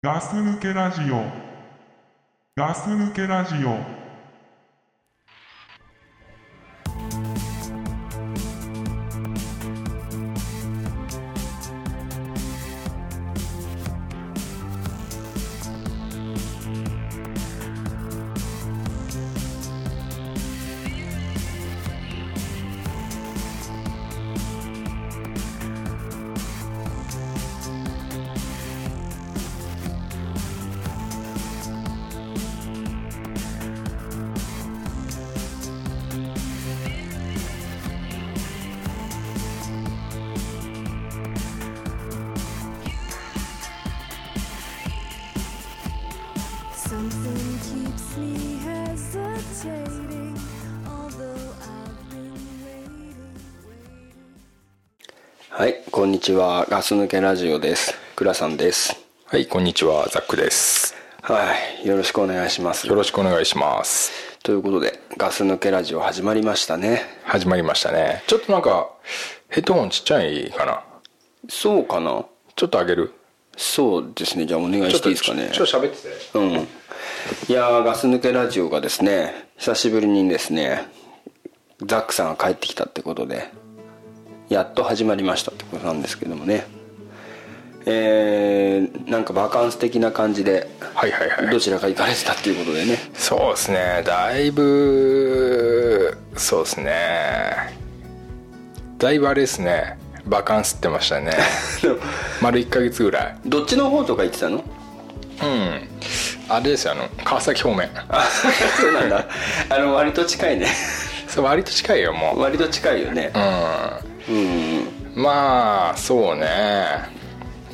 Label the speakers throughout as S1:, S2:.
S1: ガス抜けラジオ。ガス抜けラジオ。
S2: Something keeps me hesitating, although I've been waiting.
S3: はい、こんにちは。ガス抜けラジオです。倉さんです。
S4: はい、こんにちは、ザックです。
S3: はい、よろしくお願いします。
S4: よろしくお願いします。
S3: ということで、ガス抜けラジオ始まりましたね。
S4: 始まりましたね。ちょっとなんか、ヘッドホンちっちゃいかな。
S3: そうかな
S4: ちょっと上げる
S3: そうですね。じゃあお願い
S4: ちょ
S3: し
S4: ってと
S3: いいですかね。
S4: ちょっと喋ってて。
S3: うん。いやー、ガス抜けラジオがですね、久しぶりにですね、ザックさんが帰ってきたってことで、やっと始まりましたってことなんですけどもね。えー、なんかバカンス的な感じで、
S4: はいはいは
S3: ど
S4: い。
S3: ちらか行かれてたっていうことでね。
S4: そうですね、だいぶ、そうですね。だいぶあれですね、バカンスってまし たね。丸1ヶ月ぐらい。
S3: どっちの方とか行ってたの
S4: うん。あれですよ、あの、川崎方面。
S3: そうなんだ。あの割と近いね。
S4: そう割と近いよ、もう。
S3: 割と近いよね。
S4: まあそうね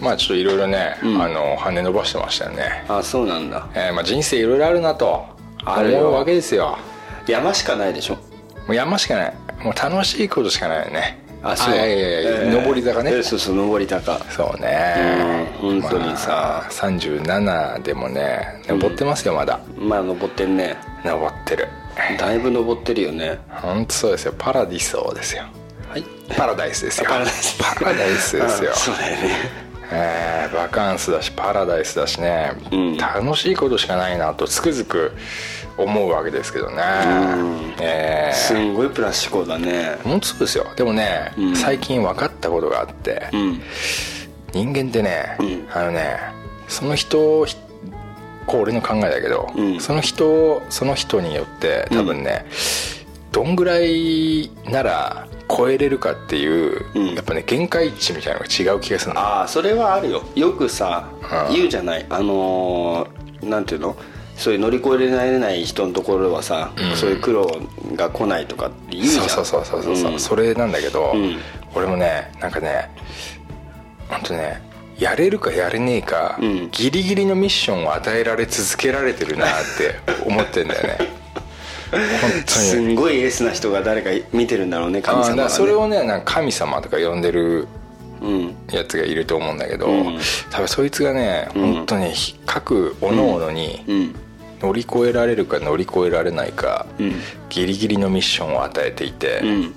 S4: まあちょっといろいろね、あの羽伸ばしてましたよね、
S3: あ、そうなんだ。
S4: えーまあ、人生いろいろあるなと
S3: あるよ
S4: 思うわけですよ
S3: 山しかないでしょ。
S4: もう山しかないもう楽しいことしかないよねいやいやいや、
S3: えー
S4: 上り坂ね
S3: えーそうそう上り坂。
S4: そうね
S3: うん本当にさ
S4: まあ、37でもね登ってますよまだ、
S3: まあ登ってんね。
S4: 登ってる
S3: だいぶ登ってるよね。
S4: 本当そうですよパラディソですよ
S3: はい。
S4: パラダイスですよ
S3: パラダイス
S4: パラダイスですよ
S3: あそうだよね。
S4: えーバカンスだしパラダイスだしね、
S3: ん
S4: 楽しいことしかないなとつくづく思うわけですけどね、え
S3: すんごいプラス思考だね。
S4: ー、本当そうですよでもね、最近分かったことがあって、
S3: うん。
S4: 人間ってね、
S3: ん
S4: あのねその人ひこう俺の考えだけど、
S3: うん
S4: その人その人によって多分ね、どんぐらいなら超えれるかっていう、
S3: うん
S4: やっぱね限界値みたいなのが違う気がするんだ
S3: ああそれはあるよよくさ
S4: うん
S3: 言うじゃないあのーなんていうのそういう乗り越えられない人のところはさ、そういう苦労が来ないとかって言うじゃん
S4: そうそうそうそうそう、
S3: ん
S4: それなんだけど、
S3: うん
S4: 俺もねなんかね本当ねやれるかやれねえか、
S3: うん
S4: ギリギリのミッションを与えられ続けられてるなって思ってんだよ ね本
S3: す
S4: 当に
S3: んごいエースな人が誰か見てるんだろうね
S4: あ
S3: 神
S4: ーだ
S3: 様
S4: か
S3: が、ね、
S4: らそれをねなんか神様とか呼んでる
S3: うん
S4: やつがいると思うんだけど、
S3: うん
S4: 多分そいつがね本当に各おのおのに
S3: うん
S4: 乗り越えられるか乗り越えられないか、
S3: うん
S4: ギリギリのミッションを与えていて、
S3: うん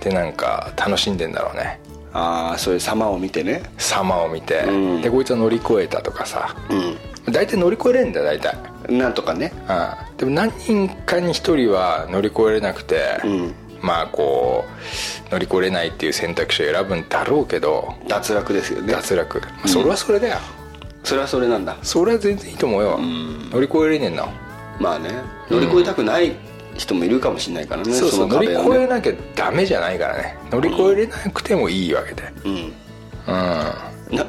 S4: でなんか楽しんでんだろうね
S3: ああそういう様を見てね
S4: 様を見て、
S3: うん
S4: でこいつは乗り越えたとかさ
S3: う
S4: 大体乗り越えれんだよ大体、
S3: んなんとかね
S4: うん、でも何人かに一人は乗り越えれなくて、
S3: うん
S4: まあこう乗り越えれないっていう選択肢を選ぶんだろうけど
S3: 脱落ですよね
S4: 脱落、それはそれだよ
S3: それはそれなんだ
S4: それは全然いいと思うよ、乗り越えれねえんな
S3: まあね乗り越えたくない人もいるかもしれないからね、
S4: そうそう
S3: の
S4: 乗り
S3: 壁を
S4: 越
S3: ね
S4: えなきゃダメじゃないからね乗り越えれなくてもいいわけで
S3: うん
S4: うん
S3: な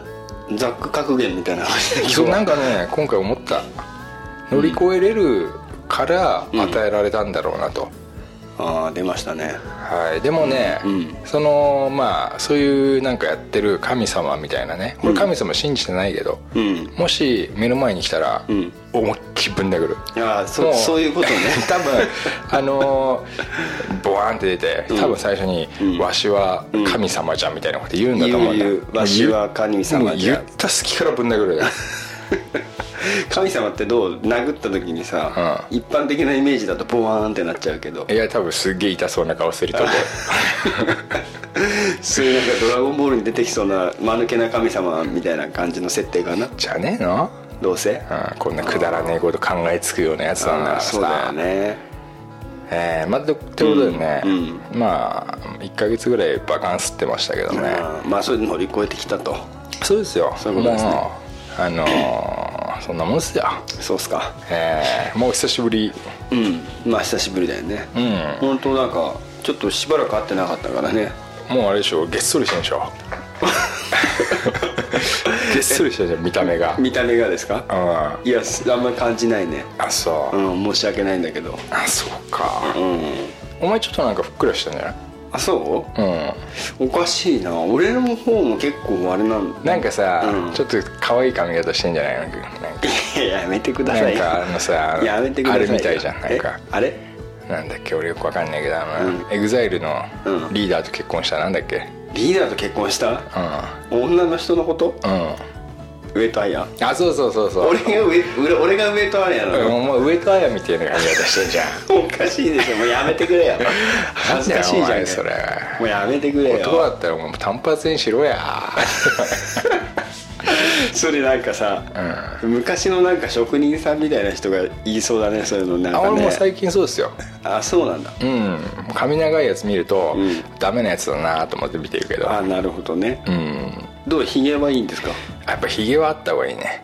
S3: ザック格言みたいな話だけど
S4: そうなんかね今回思った乗り越えれるから与えられたんだろうなと、
S3: ああ出ましたね
S4: はい、でもね、
S3: うん
S4: そのまあそういうなんかやってる神様みたいなね俺神様信じてないけど、
S3: うん
S4: もし目の前に来たら、
S3: うん
S4: 思いっきりぶん殴る
S3: ああそ
S4: も
S3: うそういうことね
S4: 多分あのーボワーンって出て多分最初に「わしは神様じゃ」みたいなこと 言うんだと思うんだ
S3: 言う言うわしは神様じゃ
S4: もう言った隙からぶん殴るよ
S3: 神様ってどう殴った時にさ、
S4: う
S3: 一般的なイメージだとボワーンってなっちゃうけど
S4: いや多分すっげえ痛そうな顔すると思う
S3: そういうなんか「ドラゴンボール」に出てきそうな間抜けな神様みたいな感じの設定かな
S4: じゃねえの
S3: どうせ
S4: うん、こんなくだらねえこと考えつくようなやつなんだからさ
S3: そうだよね
S4: えーまあでってことでね、
S3: うん
S4: まあ1ヶ月ぐらいバカンスってましたけどね、
S3: あーまあそれで乗り越えてきたと
S4: そうですよ
S3: そういうことですね
S4: もうあのーそんなもんっすよ
S3: そうっすか
S4: えーもう久しぶり
S3: うんまあ久しぶりだよね
S4: うん
S3: 本当なんかちょっとしばらく会ってなかったからね
S4: もうあれでしょげっそりしてんで しょげっそりしてるじゃん見た目が
S3: 見た目がです
S4: うん
S3: か
S4: あ
S3: いやすあんまり感じないね
S4: そう、
S3: うん申し訳ないんだけど
S4: あそうか、
S3: うん
S4: お前ちょっとなんかふっくらしたんじゃ
S3: あそ
S4: ないうん
S3: うおかしいな俺の方も結構あれなんだ
S4: なんかさ、
S3: うん
S4: ちょっと可愛い髪型してんじゃないのなんか
S3: いややめてくださいよ
S4: なんかあのさ
S3: やめてくださいよ
S4: あれみたいじゃんなんか
S3: えあれ
S4: なんだっけ俺よくわかんないけどあの、
S3: うん
S4: エグザイルの
S3: うん
S4: リーダーと結婚したなんだっけ
S3: リーダーと結婚した
S4: うん
S3: 女の人のこと
S4: うん
S3: 上戸彩
S4: あそうそうそうそう
S3: 俺が上俺俺が上戸彩な
S4: うん
S3: の
S4: お前上戸彩みたいな髪型してんじゃん
S3: おかしいでしょもうやめてくれよ恥ずかしいじゃん
S4: なん
S3: かよ
S4: だよお前それ
S3: もうやめてくれ
S4: 男だ
S3: よ
S4: ったらもう単発にし ろや
S3: それなんかさ、昔のなんか職人さんみたいな人が言いそうだねそういうのなん
S4: あ
S3: か
S4: 俺も
S3: ね
S4: 最近そうですよ
S3: あそうなんだ
S4: うん髪長いやつ見ると、
S3: うん
S4: ダメなやつだなと思って見てるけど
S3: あなるほどね
S4: うん
S3: どうヒゲはいいんですか
S4: やっぱヒゲはあった方がい いね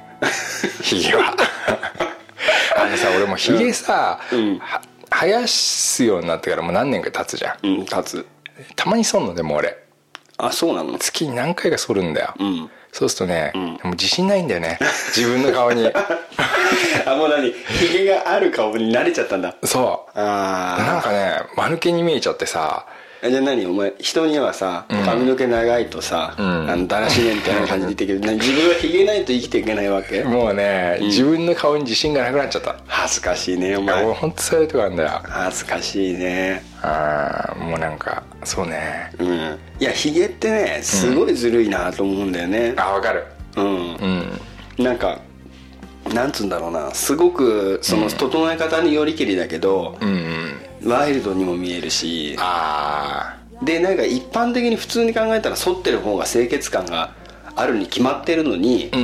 S4: ヒゲはあのさ俺もうヒゲさ、
S3: うん
S4: は生やすようになってからもう何年か経つじゃ
S3: う
S4: ん
S3: ん立つ
S4: たまに剃んのでも俺
S3: あそうなの
S4: 月に何回か剃るんだよ、
S3: ん
S4: そうするとね、もう自信ないんだよね自分の顔 に
S3: あもう何ヒゲがある顔に慣れちゃったんだ
S4: そうなん
S3: あ
S4: かね間抜けに見えちゃってさ
S3: あじゃあ何お前人にはさ髪の毛長いとさ、
S4: ん
S3: あのだらしねみたいな感じで言ってるけど何自分はヒゲないと生きていけないわけ
S4: もうね、自分の顔に自信がなくなっちゃった
S3: 恥ずかしいねお
S4: いや俺
S3: 前
S4: ほんとそういうとこあるんだよ
S3: 恥ずかしいね
S4: あーもうなんかそうね
S3: うんいやヒゲってねすごいずるいなと思うんだよね
S4: あわかる
S3: うん、
S4: うん
S3: なんかなんつうんだろうなすごくその整え方によりけりだけど、
S4: うんうん
S3: ワイルドにも見えるし
S4: ああ
S3: でなんか一般的に普通に考えたら剃ってる方が清潔感があるに決まってるのに、
S4: うんう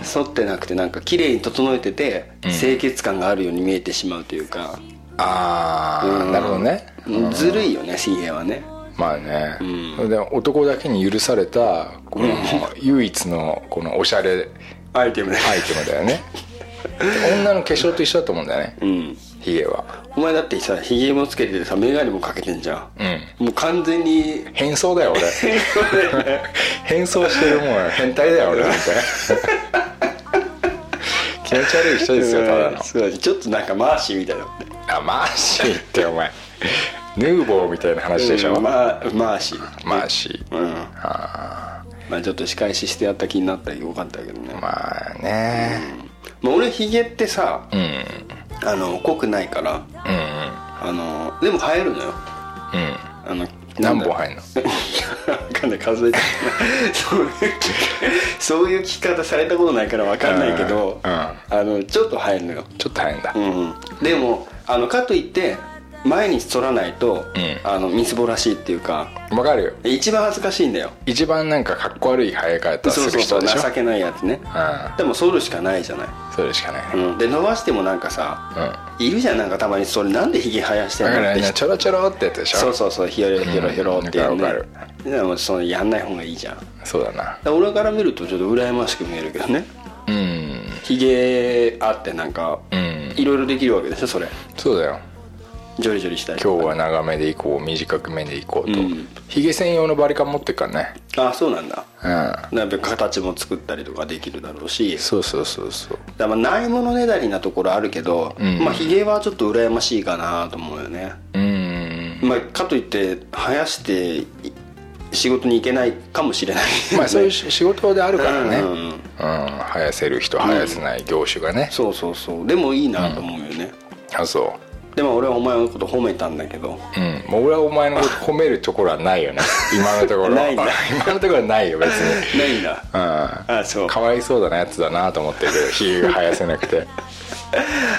S4: ん
S3: 剃ってなくてなんか綺麗に整えてて清潔感があるように見えてしまうというか、
S4: ああ、
S3: うん
S4: なるほどね
S3: ずるいよねヒゲはね
S4: まあね、
S3: ん
S4: それで男だけに許されたこの唯一のこのおしゃれ
S3: アイテムね
S4: アイテムだよね女の化粧と一緒だと思うんだよね
S3: うん
S4: ヒゲは
S3: お前だってさヒゲもつけててさ眼鏡もかけてんじゃん、
S4: う
S3: もう完全に
S4: 変装だよ俺変装してるもん変態だよ俺みたいな気持ち悪い人ですよただの
S3: そうちょっとなんかマーシーみたいな
S4: あマーシーってお前ヌーボーみたいな話でしょ、
S3: うんまあマーシー
S4: マーシー
S3: うんまあちょっと仕返ししてやった気になったらよかったけどね、まあ、
S4: まあね
S3: 俺ヒゲってさ
S4: うん
S3: あの濃くないから
S4: うん
S3: あのでも生えるのよ
S4: うん
S3: あの
S4: 何本
S3: る
S4: 入んの
S3: 分かんない数えてそういう聞きそういう聞き方されたことないから分かんないけど、
S4: うんうん
S3: あのちょっと生えるのよ、
S4: ちょっと入るんだ
S3: うんでもあのかといって毎日剃らないと、
S4: うん
S3: あのみすぼらしいっていうか
S4: わかるよ
S3: 一番恥ずかしいんだよ
S4: 一番なんかかっこ悪い生え方
S3: そう
S4: す
S3: そ
S4: る
S3: うそ
S4: 人
S3: う
S4: でしょ
S3: 情けないやつね、
S4: うん
S3: でも剃るしかないじゃない、
S4: それしかないね
S3: うん、で伸ばしてもなんか
S4: うん
S3: さ、
S4: だ
S3: いるじゃんなんかたまにそれなんでひげ生やしてん
S4: か
S3: のっ
S4: ら
S3: て
S4: ねちょろちょろってやつでしょ
S3: そうそうそうひよろひろひろっていう
S4: うんわ
S3: ね
S4: かるわ
S3: でもそのやんない方がいいじゃん
S4: そうだな
S3: だから俺から見るとちょっと羨ましく見えるけどね
S4: うん
S3: ひげあってなんか
S4: うん
S3: いろいろできるわけでしょそれ
S4: そうだよ
S3: ジョリジョリしたりとか
S4: 今日は長めでいこう短くめでいこうと
S3: うん
S4: ヒゲ専用のバリカン持ってっからね
S3: あそうなんだ
S4: う
S3: なんか形も作ったりとかできるだろうし
S4: んそうそうそうそ
S3: だ
S4: う
S3: からまあないものねだりなところあるけど、
S4: ん
S3: まあひげはちょっと羨ましいかなと思うよね、
S4: うん
S3: まあ、かといって生やしてい仕事に行けないかもしれない
S4: まあそういう仕事であるからね
S3: う
S4: うんん生やせる人生やせない業種がね
S3: そうそうそうでもいいなと思うよね、
S4: あそ
S3: でも俺はお前のこと褒めたんだけど
S4: ううんもう俺はお前のこと褒めるところはな いよね今のところ
S3: ないんだ
S4: 今のところはないよ別 に
S3: ないんだ
S4: うん
S3: あそう
S4: かわいそうだなやつだなと思ってるけどひげが生やせなくて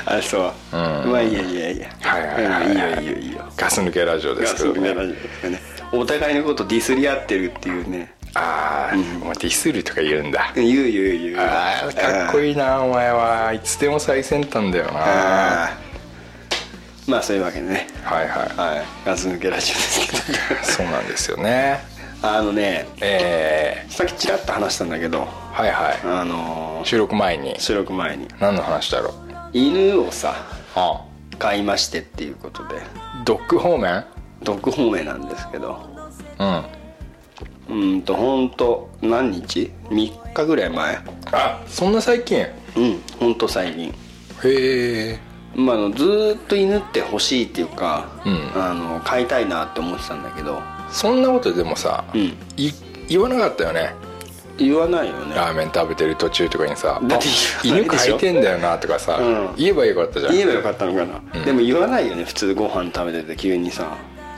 S3: あそう、まあいいやいいやいいや
S4: はいはいはいは
S3: うんいいよいいよいいよ
S4: ガス抜けラジオで
S3: ガ
S4: すけ
S3: ス抜
S4: ど
S3: け
S4: ね
S3: ラジオですかねお互いのことディスり合ってるっていうね
S4: ああ、もうディスるとか言うんだ
S3: 言う言う言う
S4: ああかっこ
S3: いい
S4: いいなお前はいつでも最先端だよなは
S3: まあそういうわけでね
S4: いは
S3: はいガス抜けラジオです け
S4: いそうなんですよね
S3: どあのね
S4: え
S3: さっきちらっと話したんだけど
S4: ー、はいは
S3: あの
S4: い
S3: ー
S4: 収録前に
S3: 収録前に
S4: 何の話だろう
S3: 犬をさ
S4: あ
S3: 買いましてっていうことで
S4: あドッグ方面
S3: 毒方面なんですけど
S4: うん
S3: うーんとほんと何日 ?3 日ぐらい前
S4: あそんな最近へ
S3: うんほんと最近
S4: え
S3: まあ、あのずーっと犬って欲しいっていうか、
S4: うん
S3: あの飼いたいなって思ってたんだけど
S4: そんなことでもさ、
S3: うん
S4: い言わなかったよね
S3: 言わないよね
S4: ラーメン食べてる途中とかにさ
S3: だって
S4: あ
S3: 言わな
S4: 犬
S3: いでし
S4: 飼
S3: ょ
S4: いてんだよな」とかさ、
S3: うん
S4: 言えばよかったじゃん
S3: 言えばよかったのかな、でも言わないよね普通ご飯食べてて急にさ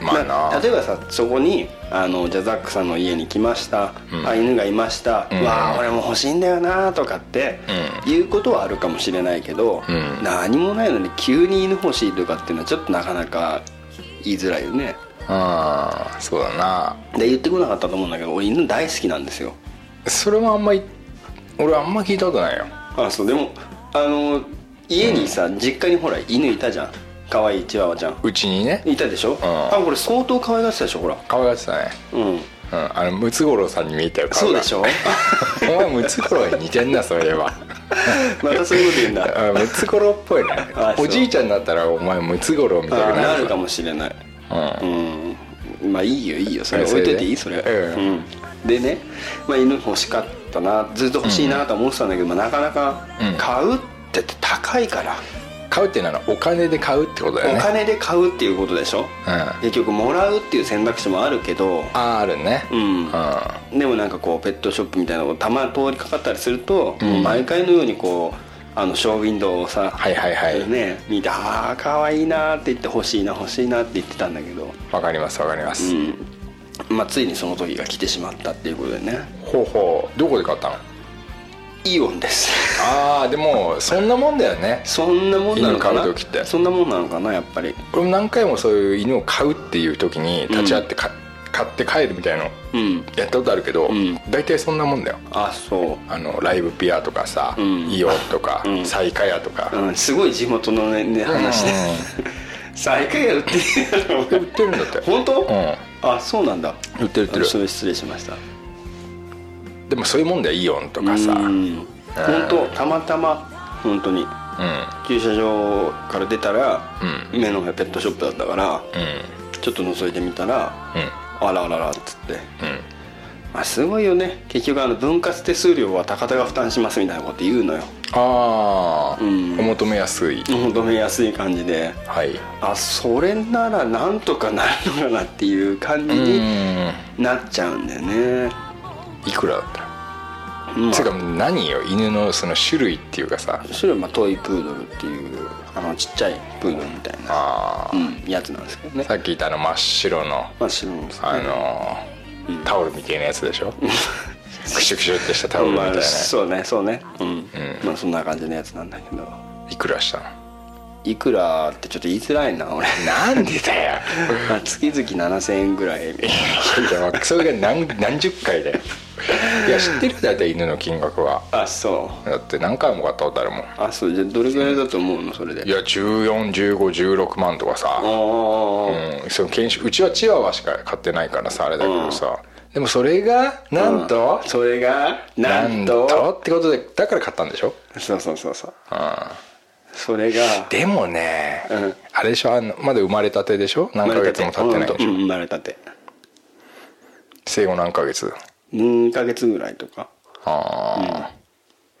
S4: まあな
S3: な例えばさそこにあのじゃあザックさんの家に来ました、
S4: うん
S3: あ犬がいました、
S4: ん
S3: わあ俺も欲しいんだよなとかって、
S4: う
S3: 言うことはあるかもしれないけど、
S4: うん
S3: 何もないのに急に犬欲しいとかっていうのはちょっとなかなか言いづらいよね
S4: うんそうだな
S3: で言ってこなかったと思うんだけど俺犬大好きなんですよ
S4: それはあんまり俺あんま聞いたことないよ
S3: あそうでもあの家にさ、実家にほら犬いたじゃん可愛いチワワちゃん
S4: うちにね
S3: いたでしょ、あこれ相当可愛がってたでしょほら
S4: 顔がってたね
S3: うん
S4: うんあのムツゴロウさんに見えたよ顔
S3: そう
S4: が
S3: でしょ
S4: お前ムツゴロウに似てんなそういえば
S3: またそういうこと言うんだ
S4: あムツゴロウっぽいね
S3: あそう
S4: おじいちゃんになったらお前ムツゴロウみ
S3: あ
S4: たいに
S3: な
S4: な
S3: る
S4: る
S3: かもしれない
S4: うん
S3: うんまあいいよいいよそれ
S4: えそ
S3: 置い
S4: れで
S3: といていいそれ
S4: うん
S3: うんでね、まあ、犬欲しかったなずっと欲しいなと思ってたんだけど、まあ、なかなか
S4: うん
S3: 買うって高いから、
S4: 買うっていうのはお金で買うってことだよ
S3: お
S4: ね
S3: 金で買うっていうことでしょ、
S4: うん
S3: 結局もらうっていう選択肢もあるけど
S4: あーあるね
S3: うん
S4: うん
S3: でもなんかこうペットショップみたいなのをたまに通りかかったりすると、
S4: ん
S3: もう毎回のようにこうあのショーウィンドウをさ、
S4: はいはいはい
S3: ね、見て「ああかわいいな」って言って「欲しいな欲しいな」って言ってたんだけど、
S4: わかりますわかりま
S3: う
S4: す、
S3: んまあ、ついにその時が来てしまったっていうことでね
S4: ほうほうどこで買ったの
S3: イオンです
S4: ああでもそんなもんだよね
S3: そんなもんなのかな
S4: 犬飼う時って
S3: そんなもんなのかなやっぱり
S4: 俺も何回もそういう犬を飼うっていう時に立ち会ってか、買って帰るみたいの
S3: うん
S4: やったことあるけど、
S3: ん
S4: 大体そんなもんだよ
S3: あそ
S4: あのライブピアとかさ、
S3: うん
S4: イオンとか、
S3: うん
S4: サイカヤとか、
S3: う、うん、すごい地元のねね話で、最下位やるってい う
S4: 売ってるんだって
S3: 本当、
S4: う
S3: あそうなんだ
S4: 売ってる売ってる
S3: あそれ失礼しました
S4: でもそういうもんだよイオンとかさ、
S3: う
S4: うん
S3: ん本当たまたま本当に駐車場から出たら、
S4: う
S3: 目の前ペットショップだったから、
S4: うん
S3: ちょっと覗いてみたら、
S4: うん
S3: あらあらあらっつって、
S4: うん
S3: まあ、すごいよね結局あの分割手数料は高田が負担しますみたいなこと言うのよ
S4: ああ、
S3: うん
S4: お求めやすい、
S3: 求めやすい感じで
S4: はい
S3: あそれならなんとかなるのかなっていう感じ
S4: う
S3: に
S4: ん
S3: なっちゃうんだよね、
S4: いくらだった
S3: うん
S4: つうか何よ犬のその種類っていうかさ
S3: それはまあトイプードルっていうあのちっちゃいプードルみたいな、
S4: あ
S3: う
S4: ー
S3: ん、やつなんですけどね
S4: さっき言ったあの真っ白の
S3: まあ白のですね
S4: あのータオルみたいなやつで しょクシュクシュってしたタオルみたい
S3: ま
S4: な
S3: あ、そうねそうねうん、まあそんな感じのやつなんだけど
S4: いくらしたの
S3: いくらってちょっと言いづらいな俺
S4: なんでだよ
S3: まあ月々7000円ぐら い
S4: いやまあそれが何何十回だよいや知ってる大体犬の金額は
S3: あそう
S4: だって何回も買ったことあるもん
S3: あそうじゃあどれぐらいだと思うのそれで
S4: いや141516万とか
S3: あ
S4: さ、
S3: あ
S4: うん、その犬種うちはチワワしか買ってないからさあれだけどさ、でもそれがなんと、
S3: それがなんと
S4: ってことでだから買ったんでしょ、
S3: そうそうそうそう
S4: う
S3: それが
S4: ん、でもね、
S3: うん
S4: あれでしょあのまだ生まれたてでしょ何ヶ月も経ってないでしょ、
S3: うん生まれたて
S4: 生後何ヶ月
S3: 2ヶ月ぐらいとか
S4: ああ、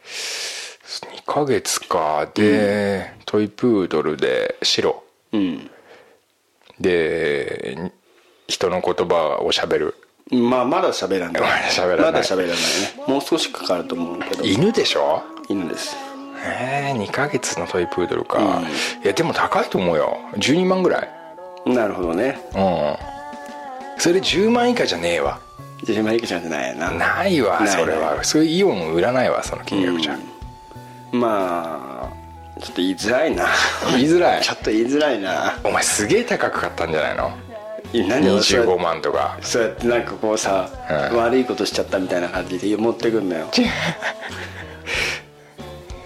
S4: 二2ヶ月かで、トイプードルで白
S3: うん
S4: で人の言葉をしゃべる
S3: まあまだ喋らない
S4: まだ喋らない
S3: まだ喋らないねもう少しかかると思うけど
S4: 犬でしょ
S3: 犬です
S4: ええ2ヶ月のトイプードルか、
S3: うん
S4: いやでも高いと思うよ12万ぐらい
S3: なるほどね
S4: うんそれ10万以下じゃねえわ
S3: ジェマイケちゃんじゃないな
S4: ないわ
S3: ない
S4: それ
S3: な
S4: はそういうイオン売らないわその金額じゃ、
S3: まあちょっと言いづらいな
S4: 言いづらい
S3: ちょっと言いづらいな
S4: お前すげえ高く買ったんじゃないの
S3: 何をそうや
S4: 25
S3: って
S4: 万とか
S3: そうやってなんかこうさ、
S4: うん
S3: 悪いことしちゃったみたいな感じで持ってくんだよ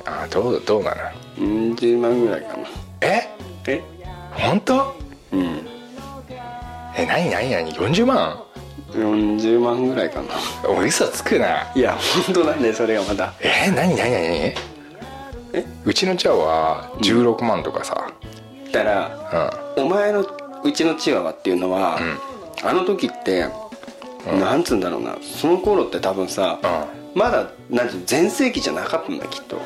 S4: あどうどうなの
S3: うん10万ぐらいかな
S4: え
S3: え
S4: 本当
S3: うん
S4: え何何何40万
S3: 40万ぐらいかな
S4: お嘘つくない
S3: や本当なんだよそれがまた
S4: え何何何
S3: え
S4: うちのチャオは16万とかさ
S3: だから
S4: うん、
S3: お前のうちのチワワっていうのは、あの時って、なんつうんだろうなその頃って多分さ、まだなんていうの全盛期じゃなかったんだきっと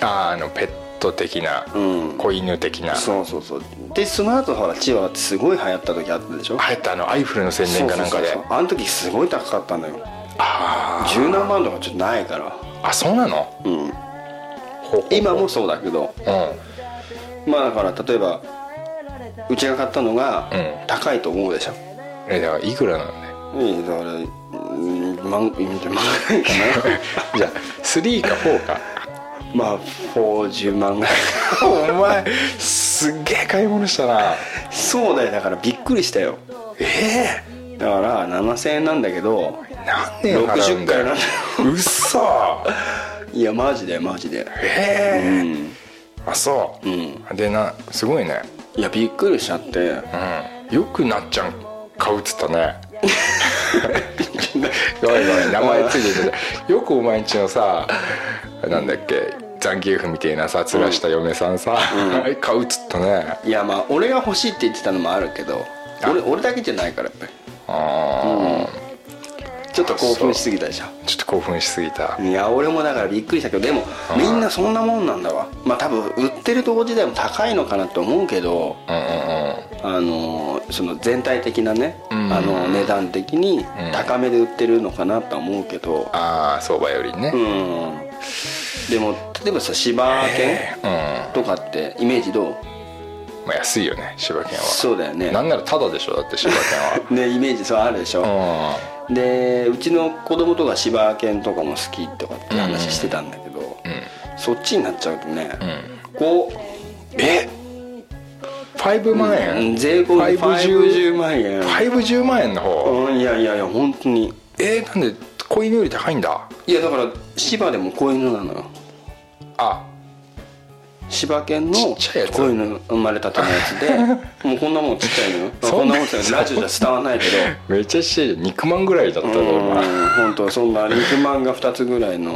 S4: あああのペット的な、
S3: うん
S4: 子犬的な流
S3: そうそうそうでその後ほらチワワってすごい流行った時あったでしょ
S4: 行ったあのアイフルの宣伝かなんかで
S3: そうそうそうあの時すごい高かったのよ
S4: あ
S3: 十何万とかちょっとないから
S4: ああそうなの
S3: うん
S4: ほうほう
S3: 今もそうだけど
S4: う
S3: まあだから例えばうちが買ったのが
S4: うん
S3: 高いと思うでしょ、
S4: んえだからいくらなのね
S3: ええだからうん万 うんじゃあ万ぐらいか
S4: じゃあ3か4 か
S3: なまあ40万ぐらい
S4: お前すっげえ買い物したな
S3: そうだよだからびっくりしたよ
S4: え
S3: だから7000円なんだけど
S4: え何年払うんだ
S3: 60回な
S4: よ
S3: んだ
S4: うっそ
S3: いやマジでマジで
S4: え
S3: う
S4: え
S3: ん
S4: あそう、
S3: う
S4: でなすごいね
S3: いやびっくりしちゃって
S4: うんよくなっちゃん買うっつったねごめんごめん名前ついててよくお前んちのさなんだっけ残牛婦みたいなさ面した嫁さんさ、 買うっつったね
S3: いやまあ俺が欲しいって言ってたのもあるけど
S4: あ
S3: 俺俺だけじゃないからやっぱり
S4: ああ、
S3: ちょっと興奮しすぎたでしょ
S4: ちょっと興奮しすぎた
S3: いや俺もだからびっくりしたけどでもみんなそんなもんなんだわまあ多分売ってるとこ自体も高いのかなと思うけど
S4: うんうんうん
S3: あのーその全体的なね、
S4: ん
S3: あの値段的に高めで売ってるのかなとは思うけど
S4: ああ相場よりね
S3: うん、でも例えばさ柴犬
S4: うん、ま
S3: とかってイメージどう
S4: あ、安いよね柴犬は
S3: そうだよね
S4: なんならタダでしょだって柴犬
S3: ねイメージそうあるでしょ、
S4: は
S3: でうちの子供とか柴犬とかも好きとかって話してたんだけど、そっちになっちゃうとね、こう
S4: うんえ5万円、
S3: うん税込み
S4: 510
S3: 50万円
S4: 510万円の方、
S3: うんいやいやいや本当に
S4: えー、なんで子犬より高いんだ
S3: いやだから柴でも子犬なのよ
S4: あ
S3: 柴犬
S4: ちっ
S3: の
S4: ちゃいやつ
S3: 子犬生まれたてのやつ でもうこんなもんちっちゃいのよ
S4: そ
S3: こ
S4: ん
S3: ん
S4: な
S3: なもんちっちゃいラジオじゃ伝わらないけど
S4: めっちゃちっちゃいじゃん肉まんぐらいだった
S3: う
S4: の
S3: ん
S4: 今
S3: 本当そんな肉まんが2つぐらいの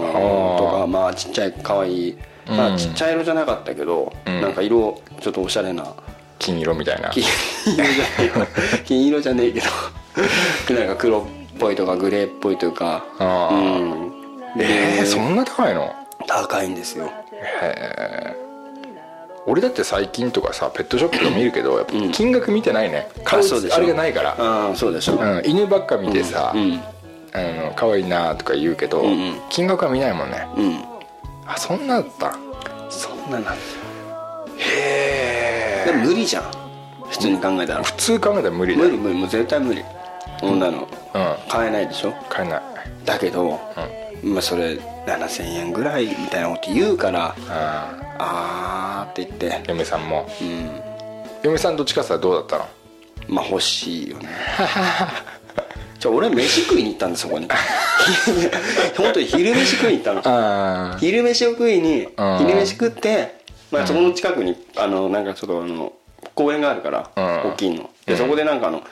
S3: とかまあちっちゃい可愛いまあちっちゃい色じゃなかったけど、なんか色ちょっとおしゃれな
S4: 金色みたいな
S3: 金色じゃない わ金色じゃねえけどなんか黒っぽいとかグレーっぽいとか
S4: あ
S3: う
S4: ー
S3: ん
S4: えー、そ
S3: で
S4: んな高いの
S3: 高いんですよ
S4: 俺だって最近とかさペットショップとか見るけどやっぱ金額見てないね、買う
S3: あそうでしょ
S4: あれがないから、
S3: ああそうでしょ、うん
S4: うん、犬ばっか見てさ、
S3: うん
S4: あの可愛いなとか言うけど、
S3: んうん
S4: 金額は見ないもんね
S3: うん、
S4: あそんなだった
S3: そんななん
S4: へ
S3: でも無理じゃん普通に考えたら
S4: 普通考えたら無理
S3: 無
S4: だよ
S3: 理無理もう絶対無理女の
S4: うん
S3: 買えないでしょ
S4: 買えない
S3: だけど、まあ、それ7000円ぐらいみたいなこと言うから
S4: うん
S3: あーって言って
S4: 嫁さんも
S3: うん
S4: 嫁さんどっちかさどうだったの
S3: まあ欲しいよね じゃあ俺飯食いに行ったんですそこに 本当に昼飯食いに行ったの
S4: ああ
S3: 昼飯を食いに
S4: ん
S3: 昼飯食って、まあ、そこの近くに、あのなんかちょっとあの公園があるから、
S4: うん
S3: 大きいのでそこでなんかあの、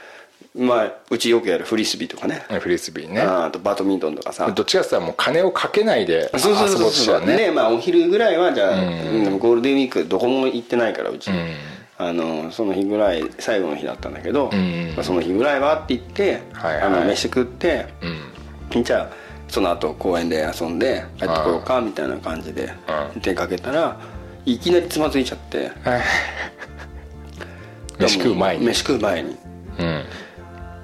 S3: まあ、うちよくやるフリスビーとかね
S4: フリスビーね
S3: あとバドミントンとかさ
S4: どっちかって言ったらもう金をかけないで遊
S3: そうそう
S4: ぼ
S3: そうう
S4: とし
S3: そ
S4: た
S3: う
S4: ね
S3: ねまあお昼ぐらいはじゃあ、
S4: うん
S3: でもゴールデンウィークどこも行ってないからうち、
S4: ん
S3: あのその日ぐらい最後の日だったんだけど、
S4: うん
S3: まあその日ぐらいはって言って、
S4: はいはい
S3: あの飯食って、
S4: うん
S3: じゃあその後公園で遊んで帰ってこようかみたいな感じで
S4: うん
S3: 出かけたらいきなりつまずいちゃって
S4: 飯食う前に
S3: 飯食う前に
S4: うん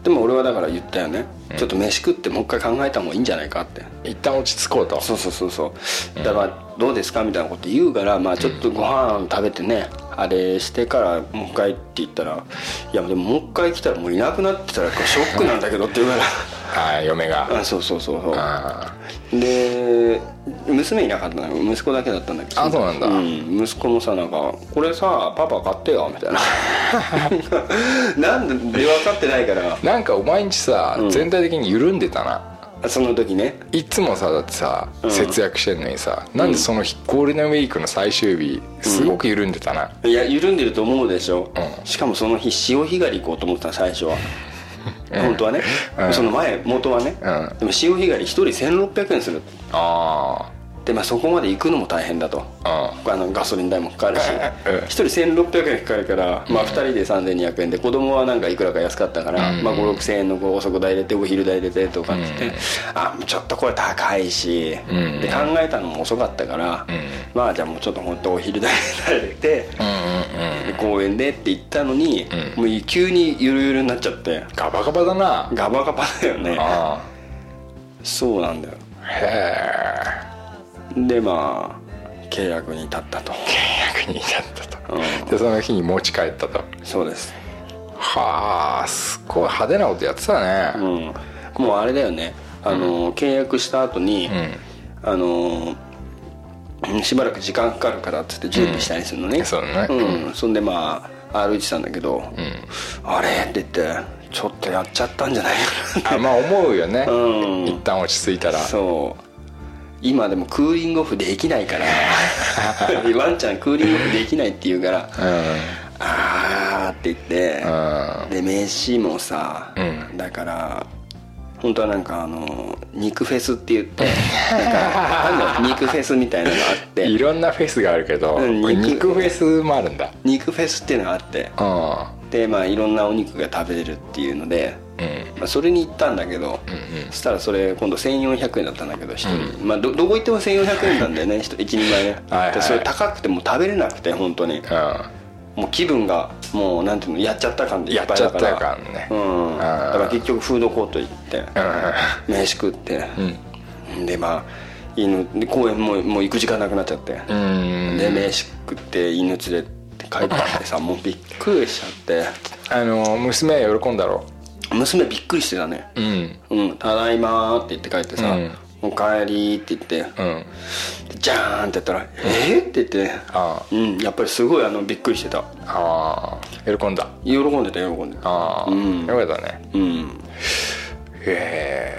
S3: でも俺はだから言ったよね、ちょっと飯食ってもう一回考えた方がいいんじゃないかって
S4: 一旦落ち着こうと
S3: そうそうそうそうだからどうですかみたいなこと言うから、まあ、ちょっとご飯食べてね、あれしてからもう一 回って言ったら「いやでももう一回来たらもういなくなってたらショックなんだけど」って言うから
S4: あー嫁が
S3: あそうそうそうそう
S4: あ
S3: で娘いなかったのよ息子だけだったんだけど
S4: あそうなんだ
S3: ん息子もさなんか「これさパパ買ってよ」み たいななんで分かってないから
S4: ーなんかお前んちさ、
S3: ん
S4: 全体的に緩んでたな
S3: その時ね
S4: いつもさだってさ、
S3: ん
S4: 節約してんのにさなんでその日ゴールデンウィークの最終日すごく緩んでたな、
S3: いや緩んでると思うでしょ、
S4: うん
S3: しかもその日潮干狩り行こうと思ってたの最初 は、本当はね、
S4: うん
S3: その前元はね、
S4: うん
S3: でも潮干狩り1人1600円する
S4: あ
S3: で、まあ、そこまで行くのも大変だと
S4: あ
S3: あのガソリン代もかかる し
S4: うん
S3: 1人1600円かかるから、まあ、2人で3200円で子供はなんかいくらか安かったから、
S4: うん
S3: まあ、56000円のこうお食代入れてお昼代入れてとかって言って、あちょっとこれ高いし、
S4: うん
S3: で考えたのも遅かったから、
S4: うん
S3: まあじゃあもうちょっと本当お昼代入れて、
S4: うんうんうん
S3: で公園でって言ったのに、
S4: う
S3: もう急にゆるゆるになっちゃって
S4: ガバガバだな
S3: ガバガバだよね
S4: あ
S3: そうなんだよ
S4: あへ
S3: でまあ契約に立ったと
S4: え役に立ったと、
S3: うん
S4: でその日に持ち帰ったと
S3: そうです
S4: はあすごい派手なことやってた
S3: う
S4: ね
S3: んもうあれだよねあの、契約した後に、あのしばらく時間かかるからっつって準備したりするのね、
S4: うんそうだね
S3: うんそんでまあ歩いてたんだけど、あれって言ってちょっとやっちゃったんじゃないかな
S4: あまあ思うよね、
S3: うん
S4: 一旦落ち着いたら
S3: そう今でもクーリングオフできないから ワンちゃんクーリングオフできないって言うから
S4: うん
S3: あーって言って
S4: うん
S3: で飯もさ、
S4: うん
S3: だから本当はなんかあの肉フェスって言ってなんか なんだろう肉フェスみたいなのがあっ
S4: い
S3: て
S4: ろんなフェスがあるけど、
S3: うん肉
S4: 肉フェスもあるんだ
S3: 肉フェスっていうのがあって
S4: う
S3: でまあいろんなお肉が食べれるっていうので、
S4: んうん
S3: まあ、それに行ったんだけど、
S4: うん
S3: そしたらそれ今度1400円だったんだけど1人、まあどどこ行っても1400円なんだよね一人前ね
S4: はいはい
S3: でそれ高くてもう食べれなくて本当にもう気分がもうなんていうのやっちゃった感でいっぱいだから
S4: やっちゃった感ね
S3: うん、
S4: ん
S3: だから結局フードコート行って、飯食って、でまあ犬で公園ももう行く時間なくなっちゃって、
S4: うん
S3: で飯食って犬連れて帰ってきてさもうびっくりしちゃって
S4: あの娘喜んだろ
S3: 娘びっくりしてたね
S4: ううん
S3: 「うん、ただいま」って言って帰ってさ「
S4: うん
S3: おかえり」って言って
S4: うん
S3: 「じゃーん」って言ったら「えっ?」って言って
S4: あ
S3: うんやっぱりすごいあのびっくりしてた
S4: あー喜んだ
S3: 喜んでた喜んでた
S4: ああ、
S3: うん
S4: よかったね
S3: うん
S4: へ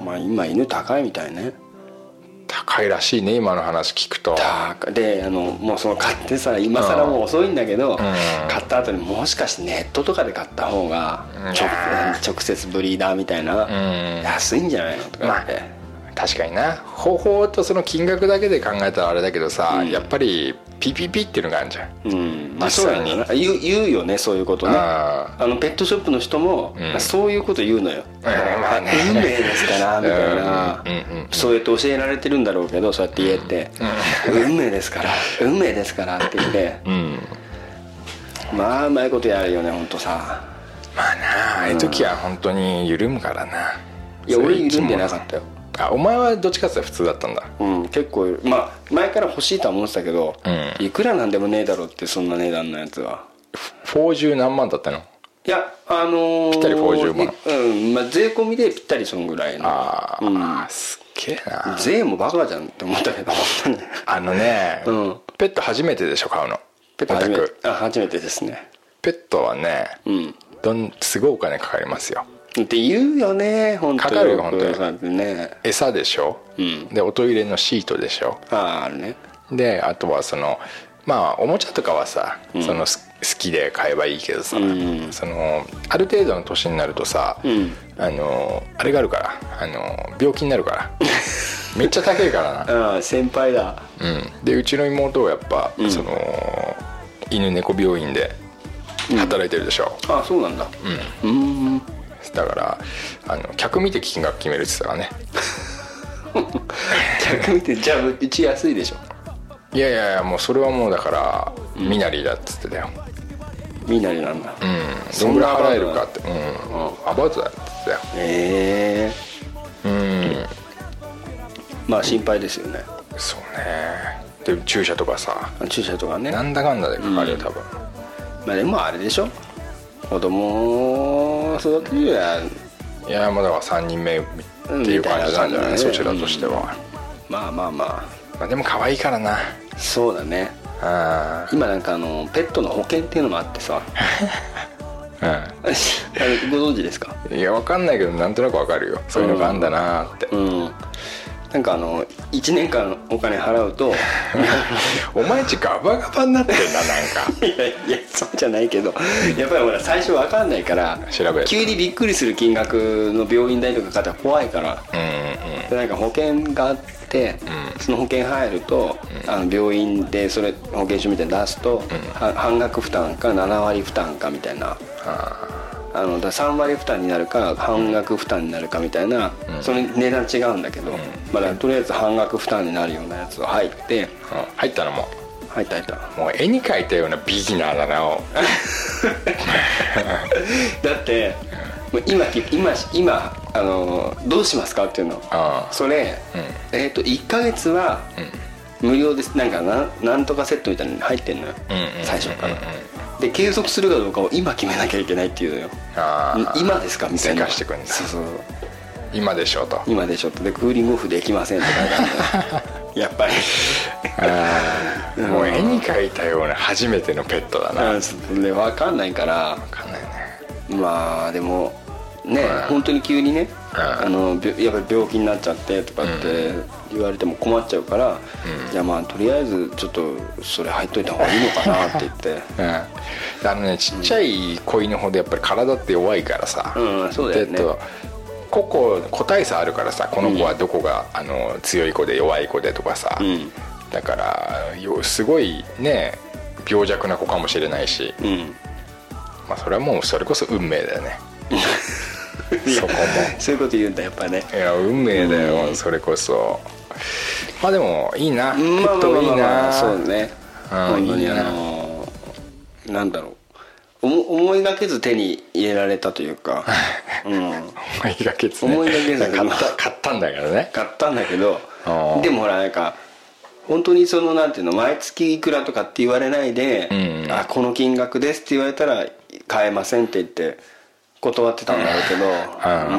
S4: え
S3: まあ今犬高いみたいね
S4: 高いらしいね今の話聞くと
S3: 高いであのもうその買ってさ今更もう遅いんだけど、買った後にもしかしてネットとかで買った方が直直接ブリーダーみたいな、
S4: ん
S3: 安いんじゃないのとか
S4: ま
S3: 言
S4: あ
S3: って、
S4: 確かにな方法とその金額だけで考えたらあれだけどさ、やっぱり PPP っていうのがあるじゃん
S3: うんまあ
S4: 実
S3: そうな
S4: 際
S3: ん
S4: に
S3: だな言う言うよねそういうことね
S4: あ
S3: あのペットショップの人も、
S4: ん
S3: そういうこと言うのよ、
S4: んまあね
S3: 運命ですからみたいな、
S4: うんうんうん
S3: そうやって教えられてるんだろうけどそうやって言えって、運命ですから運命ですからって言って
S4: うん
S3: まあうまいことやるよね本当さ
S4: まあなああいう時は本当に緩むからない
S3: や
S4: それ
S3: 俺緩んでなかったよ
S4: あお前はどっちかって言ったら普通だったんだ
S3: うん、結構まあ前から欲しいとは思ってたけど、
S4: う
S3: いくらなんでもねえだろうってそんな値段のやつは
S4: 40何万だったの
S3: いやあのー、ぴ
S4: ったり50万
S3: うんまあ税込みでぴったりそんぐらいの
S4: ああ、すっげえな
S3: 税もバカじゃんって思ったけど本当に
S4: あのね、
S3: うん
S4: ペット初めてでしょ買うの
S3: ペット初め
S4: オ
S3: て
S4: タク
S3: あ初めてですね
S4: ペットはね、
S3: うん
S4: どんすごいお金かかりますよ
S3: って言うよね本当
S4: かかるよ本当に
S3: にね
S4: 餌でしょ、
S3: うん
S4: でおトイレのシートでしょ
S3: あああるね
S4: であとはそのまあおもちゃとかはさ、そのす好きで買えばいいけどさ、
S3: ん
S4: そのある程度の年になるとさ、
S3: ん
S4: あのあれがあるからあの病気になるから めっちゃ高いからな
S3: ああ先輩だ
S4: うん、でうちの妹はやっぱ、その犬猫病院で働いてるでしょ、
S3: ああそうなんだうんん
S4: だからあの客見て金額決めるって言ってたからね
S3: 逆見てじゃあうち安いでしょ
S4: いやいやいやもうそれはもうだから、身なりだっつってたよ、
S3: みなりなんだ
S4: うん、ど
S3: そ
S4: ん
S3: ん
S4: ぐ
S3: なアバウト
S4: らい払えるかって、うんアバウトだって言って
S3: ええ
S4: たよ
S3: まあ心配ですよね
S4: うんそうねで注射とかさ
S3: 注射とかね
S4: なんだかんだでかかるよ多分、
S3: まあでもあれでしょ子供を育てるよりは
S4: いやまあだから3人目っていう感じな
S3: うんみたい
S4: んじゃない、
S3: な感じだね
S4: そちらとしては、
S3: まあまあま
S4: まあ、でも可愛いからな
S3: あそうだね
S4: あ
S3: 今なんかあのペットの保険っていうのもあってさあ
S4: あ
S3: れご存知ですか
S4: うんいやわかんないけどなんとなくわかるよそういうのがあんだなーって、
S3: うんなんかあの1年間お金払う と
S4: お前んちガバガバになってんななんか
S3: いやいやそうじゃないけどやっぱりほら最初わかんないから
S4: 調べる
S3: 急にびっくりする金額の病院代とかかったら怖いから
S4: うんうん
S3: でなんか保険があって、
S4: うん
S3: その保険入ると、あの病院でそれ保険証みたいに出すと、は半額負担か7割負担かみたいな
S4: あ
S3: あのだ3割負担になるか半額負担になるかみたいな、
S4: うん
S3: それ値段違うんだけど、まあだからとりあえず半額負担になるようなやつを入って
S4: ーうん入ったのも
S3: 入った入っただ
S4: うもう絵に描いたようなビギナーだなお
S3: ってもう今き今今あのどうしますかっていうの
S4: あー
S3: それ、
S4: うん
S3: えっ、と1ヶ月は無料ですなんかななんとかセットみたいなのに入ってんのよ、
S4: うんうんうんうん
S3: 最初から、で継続するかどうかを今決めなきゃいけないっていうのよ
S4: あー
S3: 今ですかみたい
S4: せ
S3: な
S4: かしてくんだ
S3: そうそうそう
S4: 今でしょと
S3: 今でちょっとでクーリングオフできませんとか言われて やっぱり
S4: あーもう絵に描いたような初めてのペットだな
S3: うんそうで分かんないから
S4: 分かんないね
S3: まあでもね、
S4: うん
S3: 本当に急にね、
S4: うん
S3: あのびょやっぱり病気になっちゃってとかって言われても困っちゃうから、じゃあまあとりあえずちょっとそれ入っといた方がいいのかなって言って
S4: うん、あのねちっちゃい子犬ほどやっぱり体って弱いからさ、
S3: うんそうだよね
S4: でえっと個々個体差あるからさこの子はどこが、あの強い子で弱い子でとかさ、
S3: うん
S4: だからよすごいね病弱な子かもしれないし、
S3: うん
S4: まあ、それはもうそれこそ運命だよね
S3: そう
S4: そこも
S3: いうこと言うんだやっぱね
S4: いや運命だよ、それこそまあでもいいなペ
S3: まあ
S4: ッ
S3: まあま
S4: ト
S3: あ
S4: いい
S3: まあ
S4: な
S3: そうね
S4: うん
S3: 本当
S4: いい
S3: にあ
S4: な
S3: のーなんだろう思思いがけず手に入れられたというか、うん、
S4: 思いがけず、ね、
S3: 思いがけず
S4: 買った買ったんだからね
S3: 買ったんだけど
S4: あー
S3: でもほらなんか本当にそのなんていうの毎月いくらとかって言われないで
S4: うんうん
S3: あこの金額です」って言われたら「買えません」って言って断ってたんだろうけど、
S4: う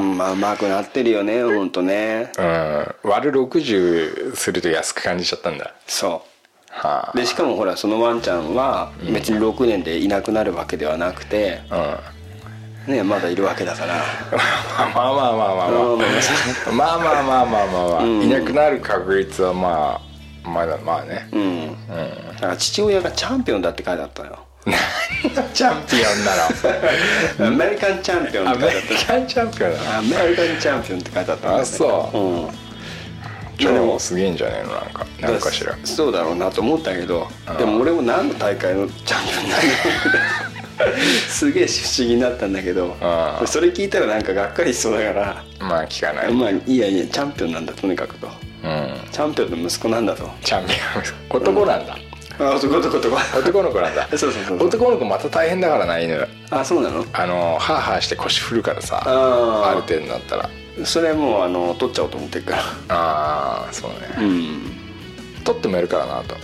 S3: うん、まあうまくなってるよね本当ね
S4: うん割る60すると安く感じちゃったんだ
S3: そ
S4: は
S3: うでしかもほらそのワンちゃんは別に6年でいなくなるわけではなくて、
S4: あ
S3: ね、まだいるわけだから
S4: うんまあまあまあまあまあまあまあまあまあまあまあいなくなる確率はまあまだまあね
S3: うん、だから父親がチャンピオンだって書いてあったのよ
S4: チャンピオン
S3: アメリカンチャンピオン
S4: な
S3: っ
S4: のア
S3: て書いてあっ
S4: メリカンチャンピオンだな
S3: たアメリカンチャンピオンって書いてあったんだよね
S4: あそう
S3: うん
S4: 今日もすげえんじゃねえのなんかなんかしら
S3: そうだろうなと思ったけどでも俺も何の大会のチャンピオンになる のすげえ不思議になったんだけど
S4: あー
S3: それ聞いたらなんかがっかりしそうだから、
S4: まあ聞かないうん
S3: まあいやいやチャンピオンなんだとにかくとチャンピオンの息子なんだと
S4: チャンピオン男なんだ
S3: あ男とこと
S4: 男の子なんだ
S3: そうそうそうそう
S4: 男の子また大変だからな犬
S3: あそうなの
S4: あのハーハーして腰振るからさ
S3: あー
S4: ある程度になったら
S3: それもうあの取っちゃおうと思ってるから
S4: ああそうね
S3: うん
S4: 取ってもやるからなと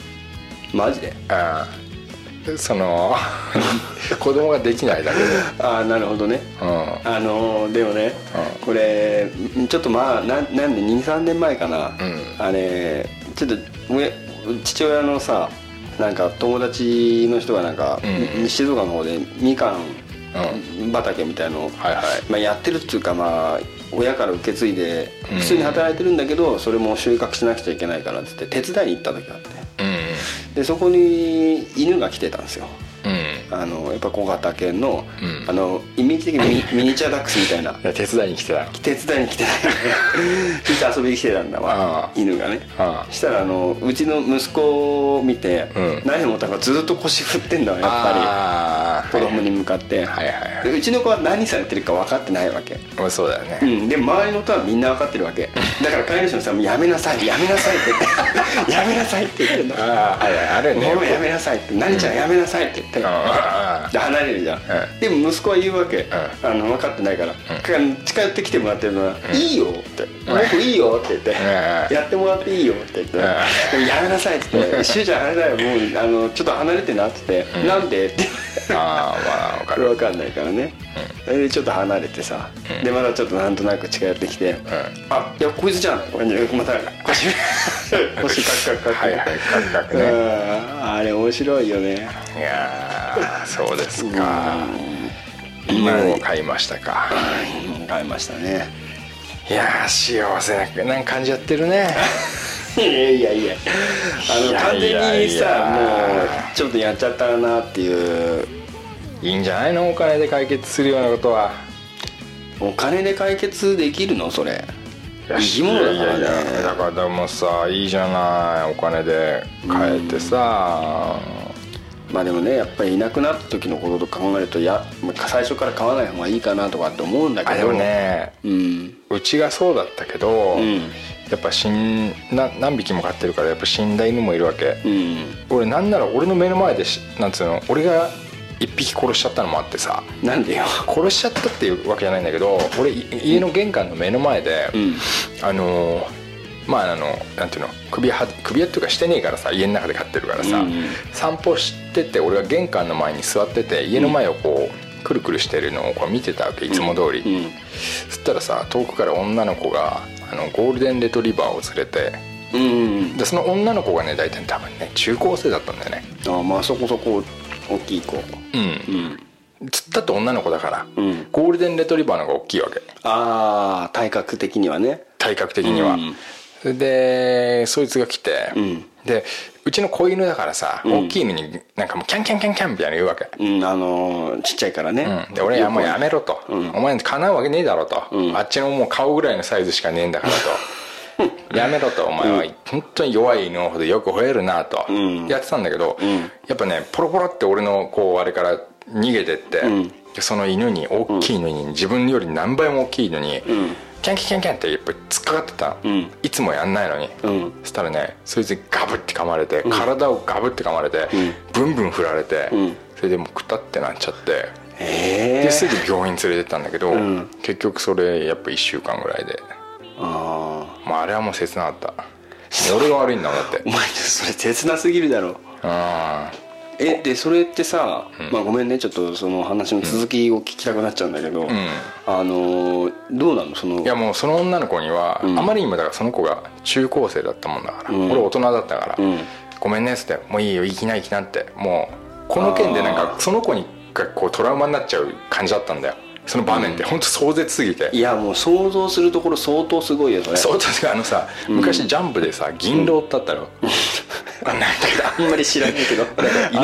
S3: マジで
S4: ああその 子供ができないだけで
S3: ああなるほどね
S4: うん
S3: あのーでもね、これんちょっとまあななんで23年前かな、
S4: ん
S3: あれちょっと親父親のさなんか友達の人がなんか、
S4: うん
S3: み静岡の方でみかん
S4: う
S3: 畑みたいのを、
S4: はいはい
S3: まあ、やってるっていうかまあ親から受け継いで
S4: うん
S3: 普通に働いてるんだけどそれも収穫しなくちゃいけないからっつって手伝いに行った時があって
S4: う
S3: でそこに犬が来てたんですよ
S4: んうん
S3: あのやっぱ小型犬の,、
S4: うん
S3: あのイメージ的にミミニチュアダックスみたいない
S4: や手伝いに来てたの
S3: 手伝いに来てたよね ちょっと遊びに来てたんだわ
S4: ああ
S3: 犬がね
S4: ああ
S3: したらあのうちの息子を見て、
S4: うん
S3: 何持ったかずっと腰振ってんだわやっ
S4: あ
S3: ぱり
S4: ー
S3: 子供に向かって、
S4: はいはいはい
S3: でうちの子は何されてるか分かってないわけ
S4: まあそうだよ
S3: う
S4: ね
S3: ん、で周りの音はみんな分かってるわけだから飼い主のさんも「やめなさいやめなさい」って言 って「やめなさい」って言ってんの
S4: ああはいはいあるよ
S3: もう
S4: ね
S3: やめなさいって「何ちゃんやめなさい」って言って
S4: あああ
S3: で離れるじゃん、でも息子は言うわけ、あの分かってないから、近寄ってきてもらってるのは「いいよ」って「僕いいよ」って言って「
S4: ん
S3: やってもらっていいよ」って言って「でもやめなさい」って言って「しゅうちゃんあれだよもうあのちょっと離れてな」って言って「なんで?」って
S4: あーまあ分か
S3: これ
S4: る
S3: 分かんないからね、それでちょっと離れてさ、でまだちょっとなんとなく近寄ってきて「あいやこいつじゃん」こうやってまた腰腰カクカクカク
S4: はいはいカクカクね
S3: うんあれ面白いよね
S4: いやーそうですか今を買いましたか
S3: 買いましたね
S4: いやー幸せななんか感じやってるね
S3: いやいやいやあの
S4: いや
S3: 完
S4: いや
S3: 全に
S4: い
S3: さ
S4: や
S3: もうちょっとやっちゃったなっていう
S4: いいんじゃないのお金で解決するようなことは
S3: お金で解決できるのそれ生き物だからね
S4: いやいやいやだからでもさいいじゃないお金で買えてさ、
S3: まあでもねやっぱりいなくなった時のことと考えるといやまあ最初から買わない方がいいかなとかって思うんだ
S4: あ
S3: け
S4: で
S3: ど
S4: もね
S3: うん
S4: うちがそうだったけど、
S3: ん
S4: やっぱ死んな何匹も飼ってるからやっぱ死んだ犬もいるわけ、
S3: うん
S4: 俺なんなら俺の目の前でしなんつうの俺が一匹殺しちゃったのもあってさ
S3: なんでよ
S4: 殺しちゃったっていうわけじゃないんだけど俺い家の玄関の目の前で、
S3: ん
S4: あのーまああのなんていうの首は首輪っていうかしてねえからさ家の中で飼ってるからさ、
S3: うんうん
S4: 散歩してて俺が玄関の前に座ってて家の前をこう、くるくるしてるのをこう見てたわけいつも通り、
S3: うん
S4: そしたらさ遠くから女の子があのゴールデンレトリバーを連れて
S3: うん
S4: でその女の子がね大体多分ね中高生だったんだよね
S3: あまあそこそこ大きい子
S4: うん
S3: うん
S4: つったって女の子だから、
S3: うん
S4: ゴールデンレトリバーの方が大きいわけ
S3: ああ体格的にはね
S4: 体格的には、
S3: うん
S4: それでそいつが来て、
S3: うん
S4: でうちの子犬だからさ、
S3: ん
S4: 大きい犬になんかもうキャンキャンキャンキャンみたいな言うわけ、
S3: うんあのーちっちゃいからね、
S4: うんで俺はもうやめろと、お前かなうわけねえだろと、
S3: うん
S4: あっちのもう顔ぐらいのサイズしかねえんだから とやめろとお前は本当に弱い犬ほどよく吠えるなと、
S3: ん
S4: やってたんだけど、
S3: ん
S4: やっぱねポロポロって俺のこうあれから逃げてって、
S3: ん
S4: でその犬に大きい犬に自分より何倍も大きい犬に、キャンキャンキャンキャンってやっぱり突っかかってた、
S3: ん
S4: いつもやんないのに、
S3: うん
S4: そしたらねそいつにガブって噛まれて、体をガブって噛まれて、ブンブン振られて、
S3: ん
S4: それでもうくたってなっちゃって
S3: ええ
S4: ですぐ病院連れてったんだけど、
S3: ん
S4: 結局それやっぱ1週間ぐらいで、
S3: ああ
S4: まあ、あれはもう切なかった俺が悪いんだもんだって
S3: お前それ切なすぎるだろ
S4: う
S3: えでそれってさ、まあ、ごめんねちょっとその話の続きを聞きたくなっちゃうんだけど、あのーどうなのその
S4: んいやもうその女の子には、あまりにもだからその子が中高生だったもんだから、俺大人だったから、
S3: うん
S4: ごめんねっつって「もういいよ行きな行きな」ってもうこの件でなんかその子にがこうトラウマになっちゃう感じだったんだよその場面って、ほん、本当壮絶すぎて
S3: いやもう想像するところ相当すごいよそれ
S4: そう確かあのさ昔ジャンプでさ銀狼ってあったろ、なんか
S3: あんまり知らないけ ど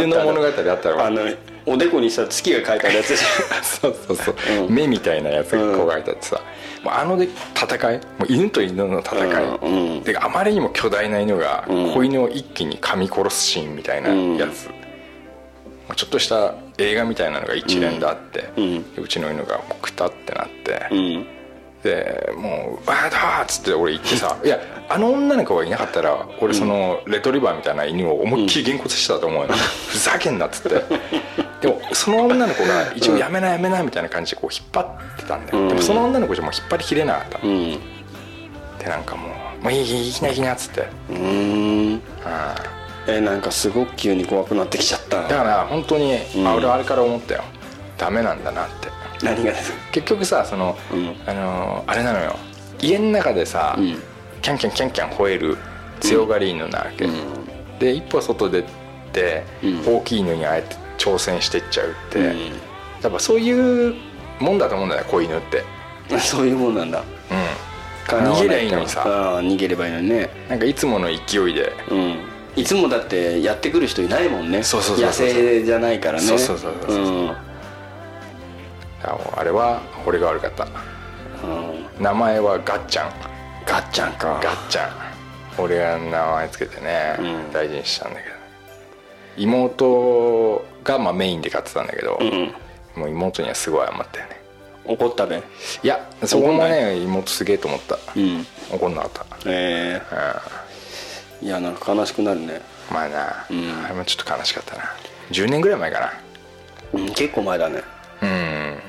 S4: 犬の物語あったろ
S3: あのおでこにさ月が書いてあるやつでし
S4: そうそうそう、
S3: うん
S4: 目みたいなやつがこう描いてあってさ、もうあので戦いもう犬と犬の戦
S3: う
S4: い、
S3: んうん
S4: であまりにも巨大な犬が
S3: うん
S4: 子犬を一気に噛み殺すシーンみたいなやつ、もうちょっとした映画みたいなのが一連であって、
S3: う
S4: うんちの犬がもうくたってなって、
S3: ょ、うん、
S4: でもう「わーだー!」っつって俺行ってさいやあの女の子がいなかったら俺そのレトリバーみたいな犬を思いっきりげんこつしてたと思うよ、ふざけんなっつってでもその女の子が一応「やめなやめな」みたいな感じでこう引っ張ってたんだよ、
S3: うん
S4: でもその女の子じゃもう引っ張りきれなかった、
S3: うん
S4: でなんかもう「もういいいいいきないいきな」っつって、
S3: うーん
S4: あ
S3: えなんかすごく急に怖くなってきちゃっ
S4: ー
S3: た
S4: だから本当に、
S3: ん
S4: あ俺あれから思ったよダメなんだなって
S3: 何がです
S4: 結局さその、
S3: うん
S4: あのーあれなのよ家の中でさ、
S3: うん
S4: キャンキャンキャンキャン吠える強がり犬なわけ、で一歩外出て、
S3: うん
S4: 大きい犬にあえて挑戦してっちゃうって、
S3: うん
S4: やっぱそういうもんだと思うんだよ子犬って、
S3: そういうもんなんだ
S4: う
S3: 逃
S4: 逃げりゃいいのにさ
S3: 逃げればいいのにね
S4: ん、なんかいつもの勢いで、
S3: うんいつもだってやってくる人いないもんね
S4: そうそうそうそう
S3: 野生じゃないからね
S4: そうそうそうそうそうん
S3: うん
S4: ああれは俺が悪かった名前はガッちゃん
S3: ガッちゃんか
S4: ガッちゃん俺が名前つけてね、
S3: うん
S4: 大事にしたんだけど妹がまあメインで飼ってたんだけど、
S3: うん
S4: もう妹にはすごい謝ったよね
S3: 怒ったべ
S4: いやそこもね妹すげえと思った
S3: うん
S4: 怒んなかった
S3: ええいやなんか悲しくなるね
S4: まあな、
S3: ん
S4: あれもちょっと悲しかったな10年ぐらい前かな
S3: うん結構前だね
S4: うん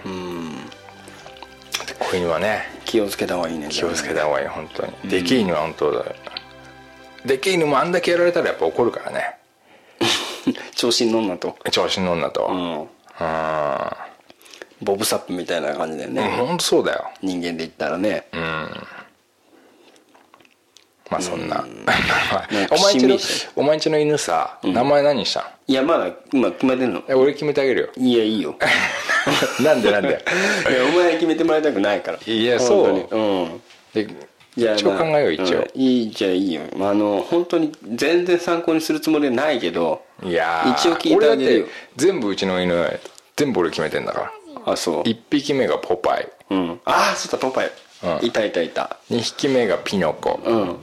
S4: 子犬はね
S3: 気をつけた方がいいね
S4: 気をつけた方がいい本当にでき犬は本当だでき犬もあんだけやられたらやっぱ怒るからね
S3: 調子に乗んなと
S4: 調子に乗んなと
S3: う
S4: うん
S3: ん
S4: ほ
S3: ボブサップみたいな感じだよね、
S4: んとそうだよ
S3: 人間で言ったらね、
S4: まあそんな
S3: なんか
S4: お前
S3: し
S4: んち
S3: んみ
S4: の
S3: りして
S4: お前んちの犬さ名前何にしたん
S3: いやまだ今決めてんの
S4: え俺決めてあげ るよ
S3: いやいいよ
S4: なんでなん で
S3: いやお前決めてもらいたくないから
S4: いや
S3: 本当にうん
S4: で
S3: いや
S4: 一応
S3: まあ
S4: 考えよう一応
S3: うんいいじゃあいいよ、まあ、あの本当に全然参考にするつもりはないけど
S4: いやー
S3: 一応聞いてあげるよ
S4: 俺だって全部うちの犬全部俺決めてんだから
S3: あそう
S4: 1匹目がポパイ
S3: うん、ああそうだポパイ、
S4: うん
S3: いたいたいた
S4: 2匹目がピノコ
S3: うん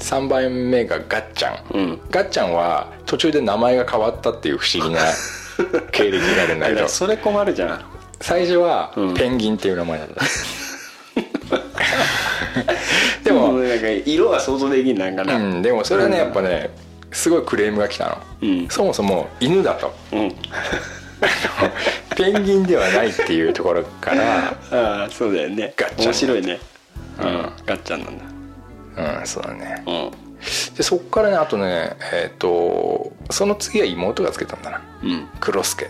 S4: 3番目がガッちゃん、
S3: うん
S4: ガッちゃんは途中で名前が変わったっていう 不思議な経歴があるんだけ
S3: い
S4: ど
S3: やそれ困るじゃん
S4: 最初は
S3: うん
S4: ペンギンっていう名前だった、 でも、
S3: なんか色は想像できんなんか
S4: う
S3: な、
S4: ん、でもそれはねやっぱねすごいクレームが来たの、
S3: うん
S4: そもそも犬だと
S3: うん、
S4: ペンギンではないっていうところから
S3: ああそうだよね
S4: ガッチャン
S3: 面白いねうん、
S4: ん
S3: ガッチャンなんだ
S4: うんそうだね
S3: うん
S4: でそこからねあとねえっ、とその次は妹がつけたんだな
S3: うん
S4: 黒助、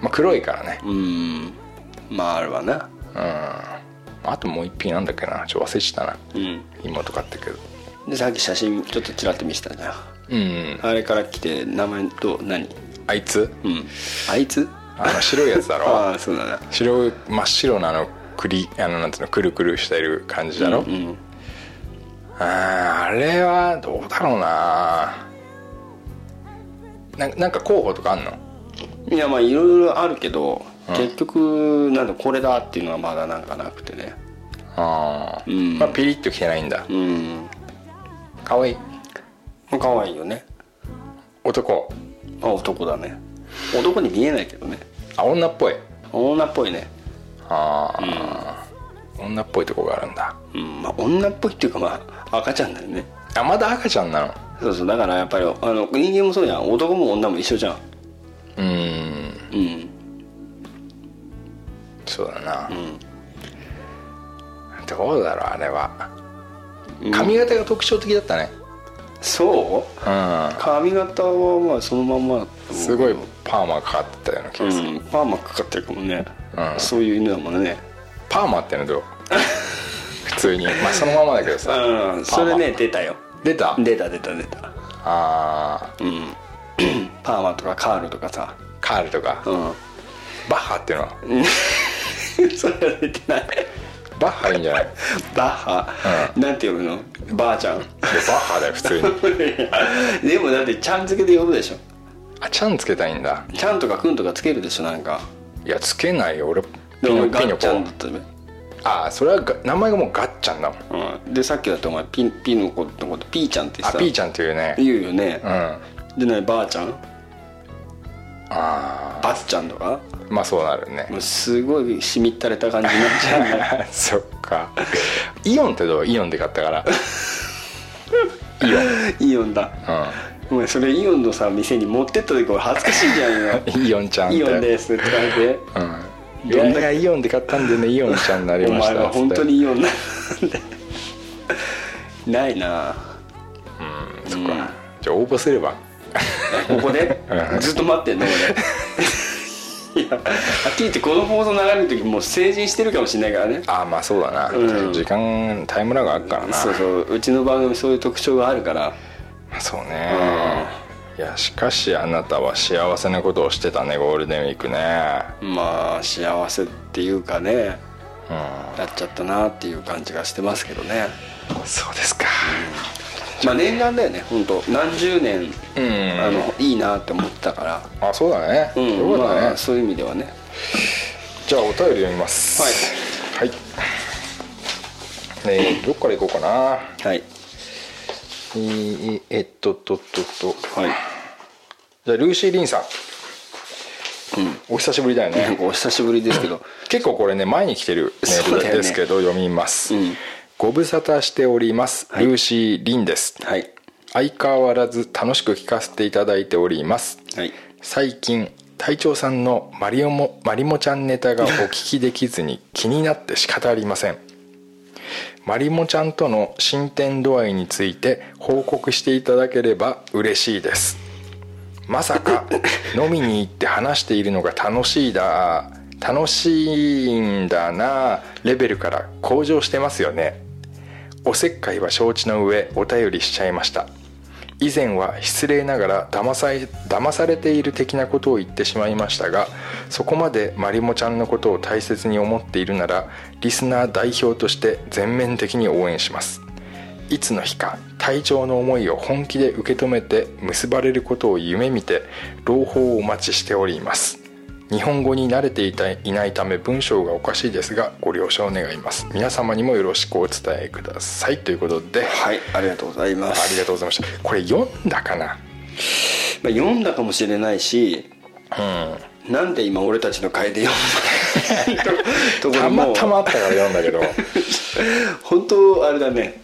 S4: まあ、黒いからね
S3: うんまああるわな
S4: うんあともう一品なんだっけなちょっと忘れてたな
S3: うん
S4: 妹買ったけど
S3: でさっき写真ちょっとちらっと見せたじゃん
S4: うん
S3: あれから来て名前と何
S4: あいつ
S3: うんあいつ
S4: あの白いやつだろ
S3: ああそうだな
S4: 白い真っ白なあのくりあのなんつうのくるくるしてる感じだろ、
S3: うん
S4: あーあれはどうだろうなななんか候補とかあんの
S3: いやまあいろいろあるけど、結局なんだこれだっていうのはまだなんかなくてね
S4: ああ、
S3: うん
S4: まあピリッときてないんだ
S3: うん
S4: かわいい
S3: 可愛いよね
S4: 男
S3: あ男だね男に見えないけどね
S4: あ女っぽい
S3: 女っぽいね
S4: ああ、女っぽいとこがあるんだ
S3: うんまあ女っぽいっていうかまあ赤ちゃんだよね
S4: あまだ赤ちゃんなの
S3: そうそうだからやっぱりあの人間もそうじゃん男も女も一緒じゃん
S4: うん
S3: うん
S4: そうだな、
S3: ん
S4: どうだろうあれは
S3: うん
S4: 髪型が特徴的だったね
S3: そう
S4: う
S3: 髪型はまあそのまんまだと思
S4: んす
S3: うけ
S4: ご
S3: ど
S4: いパーマかかってたような気
S3: う
S4: がする、
S3: んパーマかかってるかもね、
S4: うん
S3: そういう犬だもんね
S4: パーマってのどう 普通にまあそのままだけどさ
S3: うんそれね出たよ
S4: 出た
S3: 出た出た出た
S4: あー
S3: うん パーマとかカールとかさ
S4: カールとか、
S3: うん
S4: バッハっていうのは
S3: それは出てない
S4: バッハいいんじゃないで
S3: バッハ、
S4: う
S3: なんて呼ぶのばあちゃん
S4: バッハだよ普通に
S3: でもだってちゃん付けで呼ぶでしょ
S4: あちゃんつけたいんだ
S3: ちゃんとかくんとかつけるでしょなんか
S4: いやつけないよ俺ピ
S3: でも
S4: ノ
S3: ガ
S4: ピ
S3: ッ
S4: ノ
S3: ちゃんだ
S4: コ
S3: ったね
S4: ああそれはが名前がもうガッちゃんだもん
S3: うん、でさっきだってお前ピンピの子のことピーちゃんって
S4: あ
S3: さ
S4: ピーちゃんっていうね
S3: 言うよね
S4: うん、あ
S3: でなにばあちゃん
S4: あ
S3: ばっちゃんとか
S4: まあそうなるね
S3: もうすごいしみったれた感じになっちゃうね
S4: そっかイオンってどうイオンで買ったから
S3: イオンだお前それイオンのさ店に持ってった時俺恥ずかしいじゃんよ
S4: イオンちゃんって
S3: イオンですって感じで
S4: うんい
S3: ど
S4: や
S3: ん
S4: い
S3: な
S4: やイオンで買ったんでねイオンちゃんになり
S3: お
S4: ました
S3: 前は本当にイオンなんでないな
S4: つってそっかじゃあ応募すれば
S3: ここで
S4: うん
S3: ずっと待ってんの 俺いやはっきり言ってこの放送流れる時もう成人してるかもしれないからね
S4: ああまあそうだな、
S3: うん
S4: 時間タイムラグあるからな
S3: そうそううちの番組そういう特徴があるから
S4: まあそうね、いやしかしあなたは幸せなことをしてたねゴールデンウィークね
S3: まあ幸せっていうかねなっちゃったなっていう感じがしてますけどね
S4: うんそうですか
S3: まあ念願だよね本当何十年、
S4: うん
S3: あのいいなって思ってたから、
S4: あそうだね、
S3: うん
S4: そうだね、
S3: まあ、そういう意味ではね
S4: じゃあお便り読みますはい、えーどっから行こうかな
S3: はい
S4: えーえっとっとっとっと
S3: はい
S4: じゃあルーシー・リンさん、お久しぶりだよ
S3: なん
S4: ね
S3: かお久しぶりです けど
S4: 結構これね前に来てるメ
S3: そうだ
S4: ール
S3: よね
S4: ですけど、読みます、
S3: うん
S4: ご無沙汰しております、
S3: い
S4: ルーシー・リンです
S3: はい
S4: 相変わらず楽しく聞かせていただいております
S3: はい
S4: 最近隊長さんのマリオもマリモちゃんネタがお聞きできずに気になって仕方ありませんマリモちゃんとの進展度合いについて報告していただければ嬉しいですまさか飲みに行って話しているのが楽しいだ楽しいんだなレベルから向上してますよねおせっかいは承知の上お便りしちゃいました以前は失礼ながら騙さい騙されている的なことを言ってしまいましたがそこまでまりもちゃんのことを大切に思っているならリスナー代表として全面的に応援しますいつの日か隊長の思いを本気で受け止めて結ばれることを夢見て朗報をお待ちしております日本語に慣れていたいないため文章がおかしいですがご了承願います皆様にもよろしくお伝えくださいということで
S3: はいありがとうございます
S4: ありがとうございましたこれ読んだかな
S3: まあ、読んだかもしれないし、なんで今俺たちの会で読んだところ
S4: たま
S3: も
S4: たまあったから読んだけ ど
S3: 本当あれだね、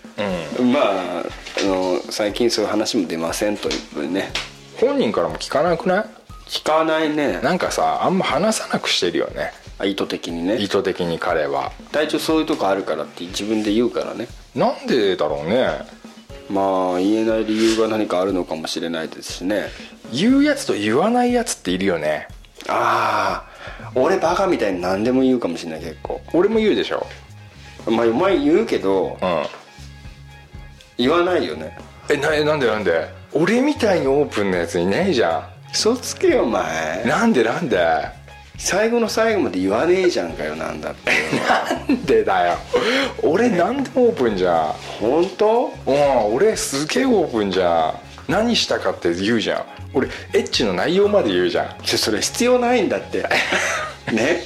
S3: まああの最近そういう話も出ませんということでね
S4: 本人からも聞かなくない
S3: 聞かないね
S4: なんかさあんま話さなくしてるよね
S3: あ意図的にね
S4: 意図的に彼は
S3: 体調そういうとこあるからって自分で言うからね
S4: なんでだろうね
S3: まあ言えない理由が何かあるのかもしれないですしね
S4: 言うやつと言わないやつっているよね
S3: ああ俺バカみたいに何でも言うかもしれない結構
S4: 俺も言うでしょ
S3: まあお前言うけど
S4: うん
S3: 言わないよね
S4: えななんでなんで俺みたいにオープンなやついないじゃ
S3: 嘘つけよお
S4: ん
S3: 前
S4: なんでなんでな
S3: 最後の最後まで言わねえじゃんかよなんだって
S4: んでだよ俺なんでもオープンじゃん
S3: 本当
S4: うん俺すげえオープンじゃん何したかって言うじゃん俺エッチの内容まで言うじゃん
S3: ちょそれ必要ないんだ ってね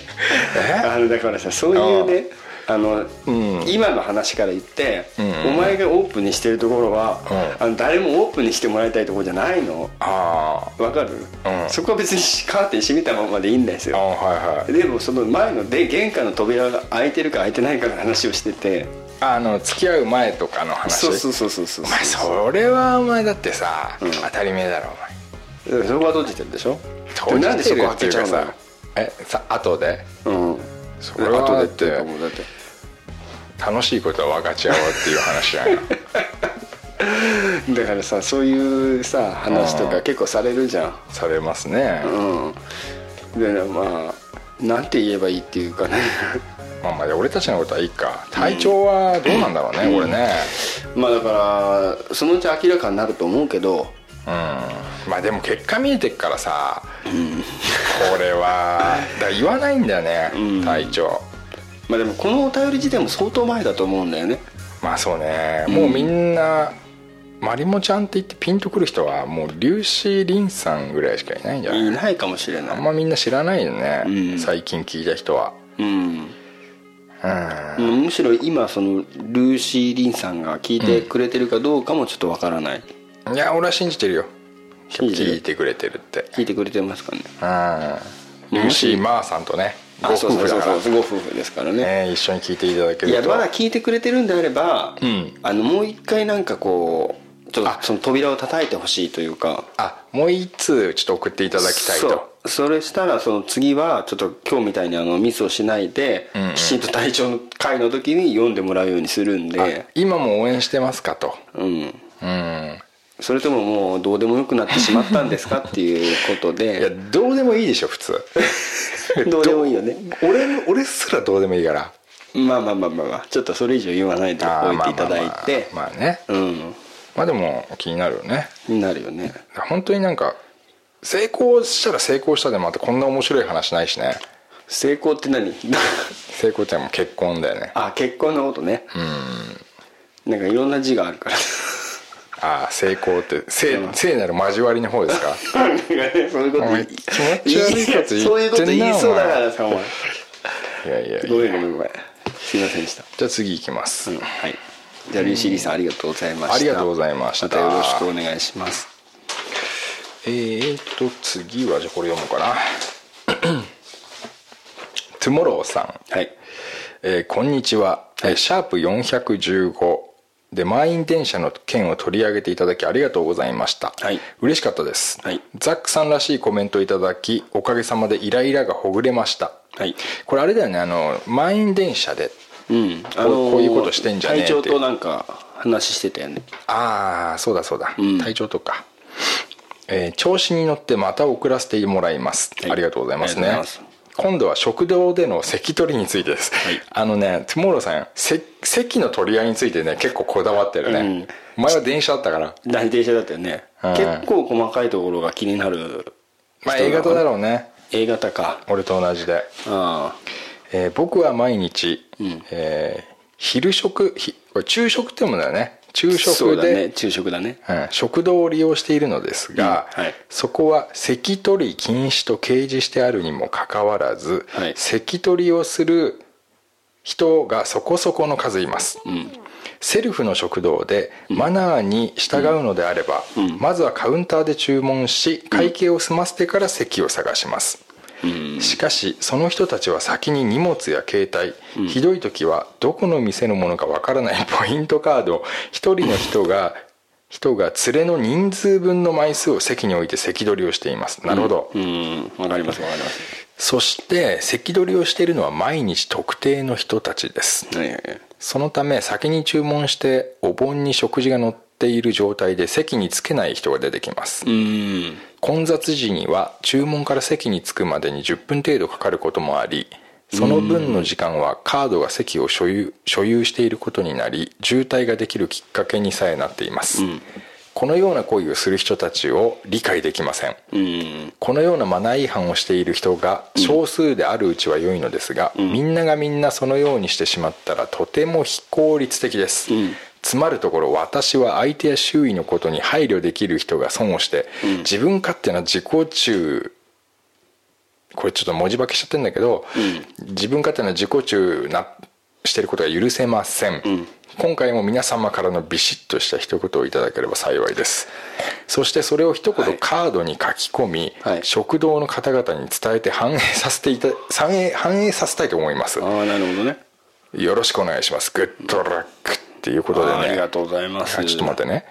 S4: え
S3: あのだからさそういうねあの、
S4: うん
S3: 今の話から言って、
S4: ん
S3: お前がオープンにしてるところは、
S4: う
S3: あの誰もオープンにしてもらいたいところじゃないの
S4: あ
S3: わかる、
S4: うん
S3: そこは別にカーテン閉めたままでいいんです
S4: ああ
S3: よ
S4: はいはい
S3: でもその前ので玄関の扉が開いてるか開いてないかの話をしてて
S4: あの付き合う前とかの話
S3: そうそうそうそうそう
S4: お前それはお前だってさ、
S3: うん
S4: 当たり前だろお前
S3: でそこは閉じてるでしょ
S4: 閉じてるっていう
S3: なんでそこ開け
S4: か
S3: ちゃう
S4: さえさ後で
S3: のうん
S4: それは
S3: 後
S4: だ
S3: でっ
S4: って
S3: いうか
S4: て
S3: もうだって
S4: 楽しいことは分かち合おうっていう話 だよ
S3: だからさそういうさ話と
S4: う
S3: か
S4: ん
S3: 結構されるじゃん
S4: されますね、
S3: うんでまあなんて言えばいいっていうかね
S4: まあまあ俺たちのことはいいか体調はどうなんだろうね、俺ね
S3: まあだからそのうち明らかになると思うけど
S4: うんまあでも結果見えてっからさ、これはだから言わないんだよね、体調
S3: まあでもこのお便り自体も相当前だと思うんだよね
S4: まあそうねもうみんな、マリモちゃんって言ってピンとくる人はもう粒子凛さんぐらいしかいないんじゃない
S3: いないかもしれ
S4: あ
S3: なんい
S4: まみんな知らないよね、
S3: うん
S4: 最近聞いた人は
S3: うん
S4: うん
S3: むしろ今そのルーシー・リンさんが聞いてくれてるかどうかもちょっとわからない、
S4: いや俺は信じてるよ
S3: 信じてる
S4: 聞いてくれてるって
S3: 聞いてくれてますかね
S4: うんルーシー・マーさんとねご
S3: あ
S4: 夫婦だから
S3: ご夫婦ですからね
S4: ね一緒に聞いていただけ
S3: い
S4: る
S3: や
S4: と
S3: まだ聞いてくれてるんであれば、
S4: うん
S3: あのもう一回なんかこうちょっとその扉を叩いてほしいというか
S4: あもう一通ちょっと送っていただきたいと
S3: そうそれしたらその次はちょっと今日みたいにあのミスをしないで、
S4: んうん
S3: きちんと体調の会の時に読んでもらうようにするんで
S4: 今も応援してますかと
S3: うん
S4: うん
S3: それとももうどうでもよくなってしまったんですかっていうこと
S4: いや
S3: で
S4: どうでもいいでしょ普 通
S3: どうでもいいよね
S4: 俺も俺すらどうでもいいから
S3: まあまあまあまあまあちょっとそれ以上言わないで
S4: あ
S3: お
S4: ー
S3: いていただいて
S4: まあまあまあまあね
S3: うん
S4: まあでも気になるよね
S3: になるよね
S4: 本当になんか成功したら成功したでまたこんな面白い話ないしね
S3: 成功って何
S4: 成功ってもう結婚だよね
S3: あ結婚のことねうんなんかいろんな字があるから
S4: ああ成功って聖聖なる交わりの方で すか
S3: なんかねそういうこと
S4: お前気持ち悪いこと言ってんな
S3: そういうこと言いそうだからさお前
S4: いやいやい
S3: ご
S4: や
S3: めんごめんごめんすいませんでした、
S4: じゃあ次行きます、
S3: はいじゃあリューシーリーさんありがとうございました
S4: ありがとうございました
S3: またよろしくお願いします
S4: えー、っと次はじゃあこれ読もうかな トゥモローさん
S3: はい
S4: えーこんにちは、えーシャープ415で満員電車の件を取り上げていただきありがとうございました、
S3: はい
S4: 嬉しかったです、
S3: はい
S4: ザックさんらしいコメントいただきおかげさまでイライラがほぐれました、
S3: はい
S4: これあれだよねあの満員電車で
S3: うん
S4: こうこういうことしてんじゃねえって
S3: 隊長となんか話してたよね
S4: ああそうだそうだ、
S3: ん
S4: 体調とか、えー調子に乗ってまた送らせてもらいます、
S3: はい
S4: ありがとうございます
S3: あ
S4: ね
S3: りがとうございま
S4: 今度は食堂での席取りについてです、
S3: い
S4: あのねトゥモローさんせ席の取り合いについてね結構こだわってるね、前は電車だったから
S3: 大停車だったよね、
S4: うん
S3: 結構細かいところが気になる
S4: まあ A 型だ
S3: ろ
S4: ろうね
S3: A 型か
S4: 俺と同じで、
S3: あ
S4: えー僕は毎日、
S3: ん
S4: えー昼食ひこれ昼食ってもんだよね昼
S3: あそう
S4: 食
S3: だね
S4: で
S3: 昼食だね
S4: うん食堂を利用しているのですが、
S3: うんはい
S4: そこは席取り禁止と掲示してあるにもかかわらず、
S3: はい
S4: 席取りをする人がそこそこの数います、セルフの食堂でマナーに従うのであれば、まずはカウンターで注文し会計を済ませてから席を探します、しかしその人たちは先に荷物や携帯、ひどい時はどこの店のものかわからないポイントカードを一人の人が人が連れの人数分の枚数を席に置いて席取りをしていますなるほど、
S3: うんわかりますわかります
S4: そして席取りをしているのは毎日特定の人たちです
S3: はいはいはい
S4: そのため先に注文してお盆に食事が載っている状態で席につけない人が出てきます、
S3: うん
S4: 混雑時には注文から席に着くまでに10分程度かかることもありその分の時間はカードが席を所有所有していることになり渋滞ができるきっかけにさえなっています、このような行為をする人たちを理解できません
S3: うん
S4: このようなマナー違反をしている人が少数であるうちは良いのですが、みんながみんなそのようにしてしまったらとても非効率的です、つまるところ私は相手や周囲のことに配慮できる人が損をして、自分勝手な自己中これちょっと文字化けしちゃってんだけど、自分勝手な自己中なしてることが許せません、今回も皆様からのビシッとした一言をいただければ幸いですそしてそれを一
S3: は
S4: 言
S3: い
S4: カードに書き込み、
S3: はい
S4: 食堂の方々に伝えて反映させていた 反映反映させたいと思います
S3: ああなるほどね
S4: よろしくお願いしますグッドラックっていうことでね
S3: あーありがとうございます
S4: あちょっと待ってね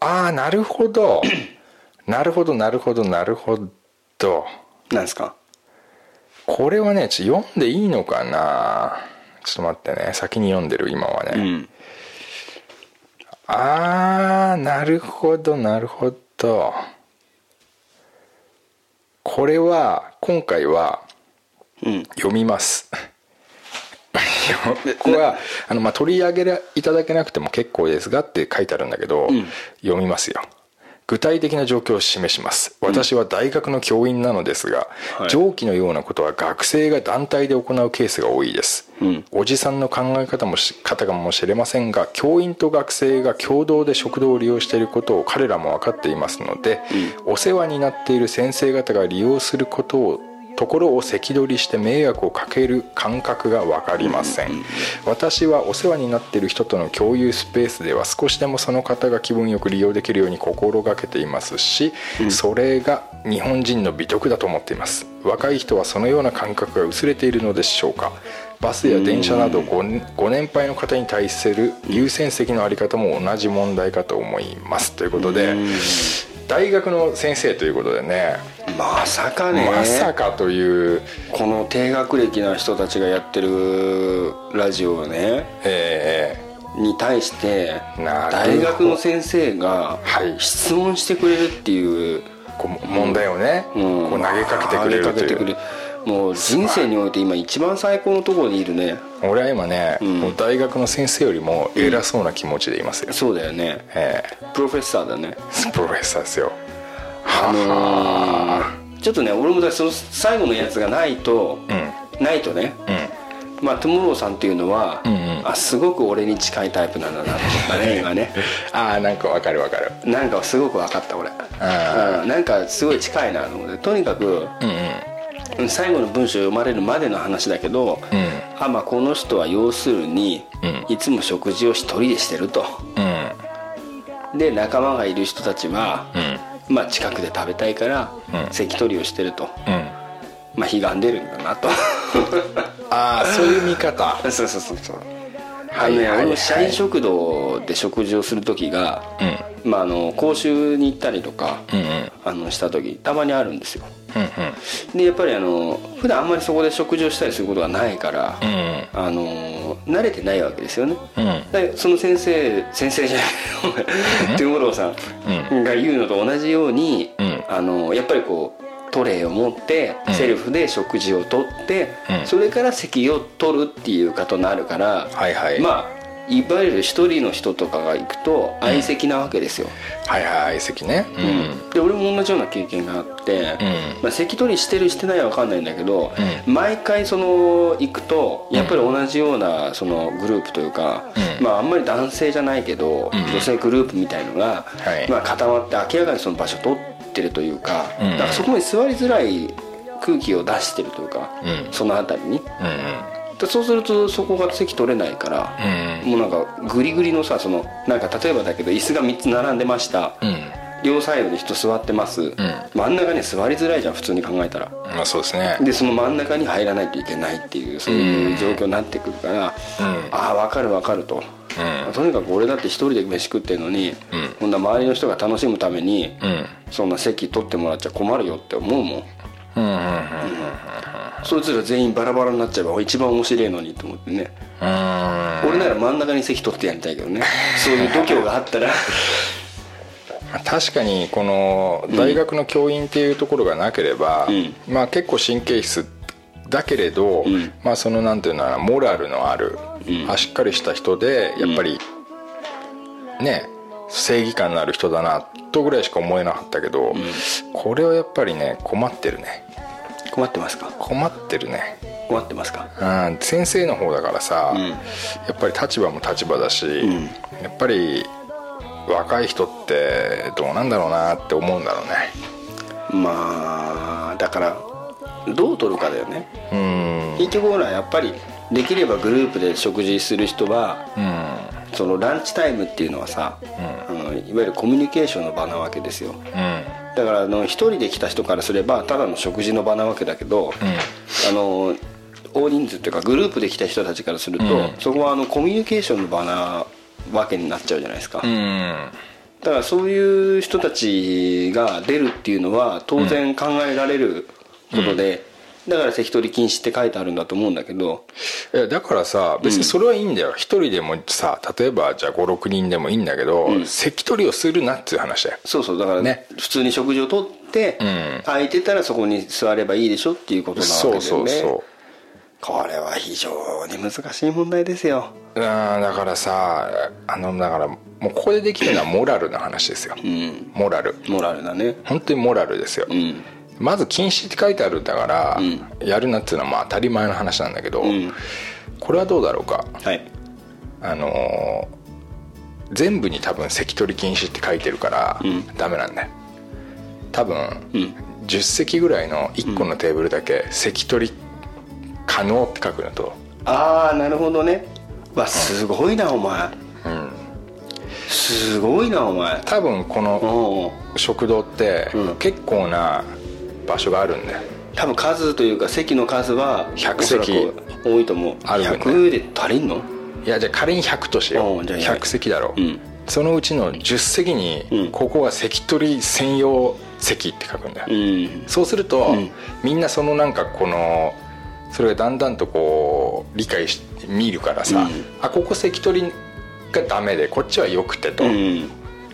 S4: ああなるほど なるほどなるほどなるほど
S3: なんですか
S4: これはねちょっと読んでいいのかなちょっと待ってね先に読んでる今はね、
S3: うん
S4: あーなるほどなるほどこれは今回は
S3: うん
S4: 読みます これはあの、まあ、取り上げらいただけなくても結構ですがって書いてあるんだけど、読みますよ具体的な状況を示します私は大学の教員なのですが、
S3: はい
S4: 上記のようなことは学生が団体で行うケースが多いです、
S3: うん
S4: おじさんの考え方もし方かもしれませんが教員と学生が共同で食堂を利用していることを彼らも分かっていますので、お世話になっている先生方が利用することをところを席取りして迷惑をかける感覚が分かりません、私はお世話になっている人との共有スペースでは少しでもその方が気分よく利用できるように心がけていますし、それが日本人の美徳だと思っています若い人はそのような感覚が薄れているのでしょうかバスや電車などごねご年配の方に対する優先席のあり方も同じ問題かと思いますということで大学の先生ということでね
S3: まさかね
S4: まさかという、
S3: この低学歴な人たちがやってるラジオね
S4: え
S3: に対して
S4: なるほど
S3: 大学の先生が
S4: はい
S3: 質問してくれるっていう、
S4: ーこう問題をね、
S3: うん
S4: こう投げかけてくれ
S3: 投げ
S4: る
S3: かけて
S4: と
S3: く
S4: い
S3: れ
S4: う
S3: るもう人生において今一番最高のところにいるね
S4: 俺は今ね、
S3: ん
S4: もう大学の先生よりも偉そうな気持ちでいますよ、
S3: そうだよね
S4: え
S3: プロフェッサーだね
S4: ープロフェッサーですよ
S3: あのーちょっとね俺もだその最後のやつがないと、ないとね、まあトゥモローさんっていうのは、
S4: んうん
S3: あすごく俺に近いタイプなんだなと思った ね今ね
S4: ああなんかわかるわかる
S3: なんかすごく分かった俺
S4: あ
S3: うんなんかすごい近いなと思ってとにかく、
S4: うんうん
S3: 最後の文章読まれるまでの話だけど、
S4: ん
S3: あまあこの人は要するに、いつも食事を一人でしてると
S4: うん
S3: で仲間がいる人たちは、まあ近くで食べたいから、席取りをしてると
S4: うん
S3: まあ悲願でるんだなと
S4: ああそういう見方
S3: そうそうそうそうあのね
S4: はいはいはい
S3: あの社員食堂で食事をする時が、まあ、あの講習に行ったりとか、
S4: うんうんうん
S3: あのした時たまにあるんですよ
S4: うん
S3: でやっぱりあの普段あんまりそこで食事をしたりすることがないから、
S4: うん
S3: あの慣れてないわけですよね、
S4: うんうん
S3: でその先生先生じゃないトゥーモローさんが言うのと同じように、
S4: うん
S3: あのやっぱりこうトレイを持って、
S4: うん
S3: セルフで食事をとって、
S4: うん
S3: それから席を取るっていうことになるから、
S4: はいはい
S3: まあいわゆる一人の人とかが行くと相席なわけですよ、
S4: はいはい席ねうん
S3: で俺も同じような経験があって、
S4: うん
S3: まあ、席取りしてるしてないは分かんないんだけど、毎回その行くとやっぱり同じようなそのグループというか、
S4: うん
S3: まあ、あんまり男性じゃないけど、
S4: ん
S3: 女性グループみたいのが、
S4: はい
S3: まあ、固まって明らかにその場所取ってるというか,、
S4: うん
S3: だからそこに座りづらい空気を出してるというか、
S4: うん
S3: その辺りに
S4: うんうん
S3: でそうするとそこが席取れないから、
S4: うん
S3: もうなんかグリグリのさそのなんか例えばだけど椅子が3つ並んでました、
S4: うん
S3: 両サイドに人座ってます、真ん中に座りづらいじゃん普通に考えたら
S4: まあそうですね
S3: でその真ん中に入らないといけないっていうそういう状況になってくるから、
S4: うん
S3: ああ分かる分かると、
S4: うん
S3: とにかく俺だって一人で飯食ってるのに、
S4: ん
S3: こんな周りの人が楽しむために、
S4: うん
S3: そんな席取ってもらっちゃ困るよって思うもん
S4: うんうんうん
S3: そいつら全員バラバラになっちゃえば一番面白いのにと思ってね、
S4: うん
S3: 俺なら真ん中に席取ってやりたいけどねそういう度胸があったら
S4: 確かにこの大学の教員っていうところがなければ、
S3: うん
S4: まあ、結構神経質だけれど、
S3: ん
S4: まあ、そのなんていうのかなモラルのある、
S3: うん
S4: あしっかりした人でやっぱり、ね正義感のある人だなとぐらいしか思えなかったけど、これはやっぱりね困ってるね
S3: 困ってますか
S4: 困ってるね
S3: 困ってますか
S4: うん、先生の方だからさ、
S3: ん
S4: やっぱり立場も立場だし、
S3: ん
S4: やっぱり若い人ってどうなんだろうなって思うんだろうね
S3: まあだからどう取るかだよね
S4: うん
S3: 結局ほらやっぱりできればグループで食事する人は
S4: うん
S3: そのランチタイムっていうのはさ、あのいわゆるコミュニケーションの場なわけですよ
S4: うん
S3: だからあの一人で来た人からすればただの食事の場なわけだけど、あの大人数っていうかグループで来た人たちからすると、
S4: うん
S3: そこはあのコミュニケーションの場なわけになっちゃうじゃないですか、
S4: うん
S3: だからそういう人たちが出るっていうのは当然考えられることで、だから関取禁止って書いてあるんだと思うんだけど
S4: いやだからさ別にそれはいいんだよ一、人でもさ例えばじゃあ56人でもいいんだけど、関取りをするなっていう話だよ
S3: そうそうだから
S4: ね
S3: 普通に食事をとって、
S4: うん
S3: 空いてたらそこに座ればいいでしょっていうことなわけだよ
S4: そ
S3: ね
S4: うそうそう
S3: これは非常に難しい問題ですよ
S4: うんだからさあのだからもうここでできるのはモラルの話ですよ、
S3: ん
S4: モラル
S3: モラルだね
S4: 本当にモラルですよ、
S3: うん
S4: まず禁止って書いてあるんだから、やるなっていうのはまあ当たり前の話なんだけど、
S3: ん
S4: これはどうだろうか
S3: はい
S4: あのー全部に多分席取り禁止って書いてるから、
S3: ん
S4: ダメなんだよ多分、
S3: ん
S4: 10席ぐらいの1個のテーブルだけ席取り可能って書くのと、
S3: ああなるほどねわすごいなお前
S4: うん、
S3: すごいなお前
S4: 多分この
S3: おう
S4: 食堂って
S3: うん
S4: 結構な場所があるんだよ
S3: 多分数というか席の数は
S4: 100席
S3: おそらく多いと思う
S4: あるよね
S3: 100で足りんの
S4: いやじゃあ仮に100としよう
S3: うんじゃあ100
S4: 100席だろう、
S3: うん
S4: そのうちの10席
S3: う
S4: に
S3: ん
S4: ここは席取り専用席って書くんだよ、
S3: うん
S4: そうすると、
S3: うん
S4: みんなそのなんかこのそれがだんだんとこう理解し見るからさ、
S3: うん
S4: あここ席取りがダメでこっちはよくてと、
S3: うん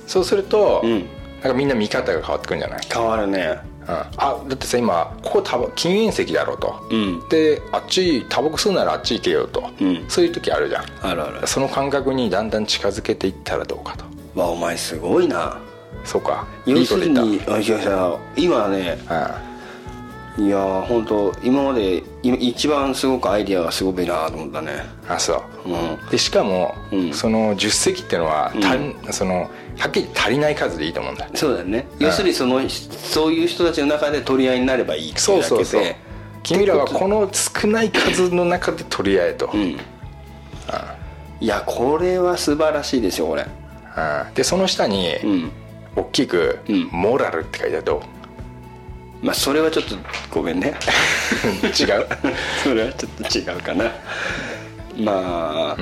S4: そうすると、
S3: うん
S4: なんかみんな見方が変わってくるんじゃない、
S3: 変わるね
S4: うん、あだってさ今ここタバ禁煙席だろうと、
S3: うん
S4: であっちタバコ吸うならあっち行けよと、
S3: うん
S4: そういう時あるじゃん
S3: あるある
S4: その感覚にだんだん近づけていったらどうかと
S3: わお前すごいな
S4: そうかい
S3: 要
S4: いこ
S3: す
S4: と
S3: る
S4: 言った
S3: にあいやいや今ねいやー本当今までい一番すごくアイディアがすごいなと思ったね
S4: うんあそう
S3: う
S4: でしかも、
S3: うん
S4: その10席ってのは、足りそのはっきり足りない数でいいと思うんだ
S3: んそうだよね要するにそのそういう人たちの中で取り合いになればいいっていうだけで
S4: 君らはこの少ない数の中で取り合えと、
S3: う
S4: うん
S3: んいやこれは素晴らしいですよこれ
S4: でその下に、
S3: うん
S4: 大きく、
S3: うん
S4: モラル」って書いてあると
S3: まあそれはちょっとごめんね
S4: 違う
S3: それはちょっと違うかなまあ、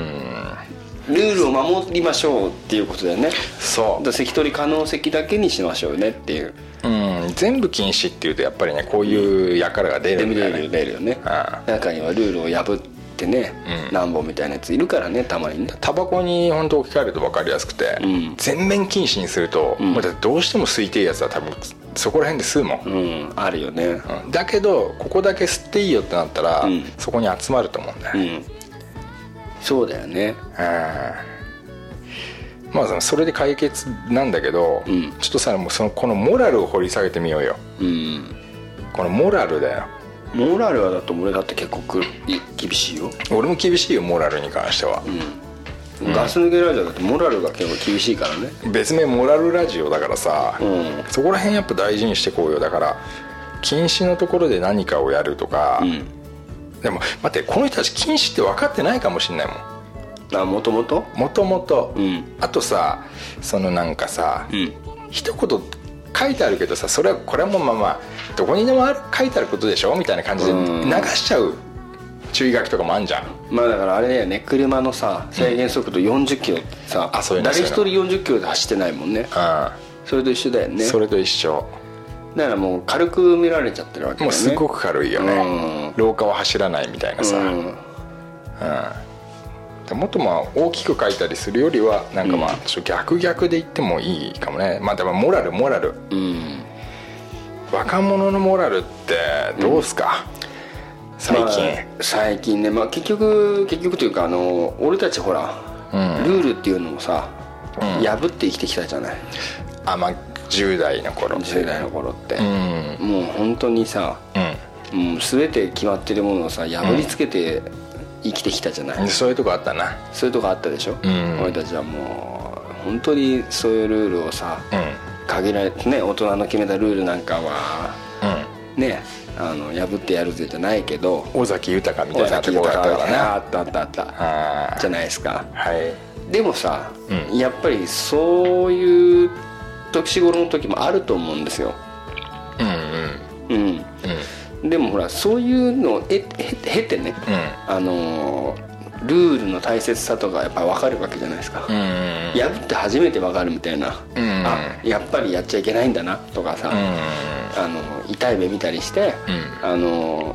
S3: ルールを守りましょうっていうことだよね
S4: そ
S3: だ関取可能席だけにしましょうねっていう
S4: う、うん、全部禁止っていうとやっぱりねこういう輩が出
S3: デ
S4: る
S3: ム
S4: ん
S3: ル
S4: だよ
S3: ール
S4: ね
S3: 出るよね
S4: あ
S3: 中にはルールを破ってね、
S4: うん
S3: 乱暴みたいなやついるからねたまにね
S4: タバコに本当置き換えると分かりやすくて、
S3: うん
S4: 全面禁止にすると、
S3: ん
S4: もうだってどうしても吸いてえやつは多分そこら辺で吸うもん、
S3: うんあるよね
S4: うんだけどここだけ吸っていいよってなったら、
S3: うん
S4: そこに集まると思うんだよ
S3: う
S4: ね、
S3: んそうだよね
S4: うんまあそのそれで解決なんだけど、
S3: ん
S4: ちょっとさもうそのこのモラルを掘り下げてみようよ
S3: うん
S4: このモラルだよ
S3: モラルはだと俺だって結構くい厳しいよ、
S4: 俺も厳しいよモラルに関しては、
S3: うん、ガス抜けラジオだってモラルが結構厳しいからね
S4: 別名モラルラジオだからさ、
S3: うん
S4: そこら辺やっぱ大事にしてこうよだから禁止のところで何かをやるとか、
S3: うん
S4: でも待ってこの人たち禁止って分かってないかもしんないもん
S3: あもともと
S4: もともと
S3: うん
S4: あとさそのなんかさ、
S3: うん
S4: 一言書いてあるけどさそれはこれはもうまあまあどこにでもある書いてあることでしょみたいな感じで
S3: うん
S4: 流しちゃう注意書きとかもあんじゃん
S3: まあだからあれだよね車のさ制限速度40キロってさ、
S4: あそういうの
S3: 誰一人
S4: そう
S3: 40キロで走ってないもんね
S4: う
S3: それと一緒だよ
S4: ん、
S3: ね
S4: それと一緒
S3: だからもう軽く見られちゃってるわけだ
S4: も
S3: よ
S4: う
S3: ね
S4: すごく軽いよね、
S3: うん
S4: 廊下を走らないみたいなさ、
S3: うん
S4: でもっとまあ大きく書いたりするよりはなんかまあちょっと逆逆で言ってもいいかもねまあでもモラルモラル
S3: うん
S4: 若者のモラルってどうすか、最
S3: ま
S4: 近
S3: あ、最近ね、まあ、結局結局というかあの俺たちほら、ルールっていうのもさ、破って生きてきたじゃない
S4: あまあ10代の頃
S3: 10代の頃って
S4: う、ん
S3: もう本当にさ、もう全て決まってるものをさ破りつけて生きてきたじゃない、
S4: うんそういうとこあったな
S3: そういうとこあったでしょ、
S4: ん
S3: 俺たちはもう本当にそういうルールをさ、限られてね大人の決めたルールなんかは
S4: う
S3: ねあの破ってやるぜじゃないけど
S4: ん尾崎豊みた
S3: 大
S4: いな
S3: 崎
S4: とこがあったか
S3: あ
S4: ら
S3: ったあったあった
S4: な
S3: じゃないですか
S4: はい
S3: でもさ、
S4: うん
S3: やっぱりそういう年頃の時もあると思うんですよ
S4: うんうん
S3: うん
S4: う
S3: でもほらそういうのを経経てね、
S4: ん
S3: あのールールの大切さとかやっぱ分かるわけじゃないですか、
S4: うんうん
S3: 破って初めて分かるみたいな、
S4: うん
S3: あやっぱりやっちゃいけないんだなとかさ、
S4: うん
S3: あの痛い目見たりして、
S4: う
S3: あの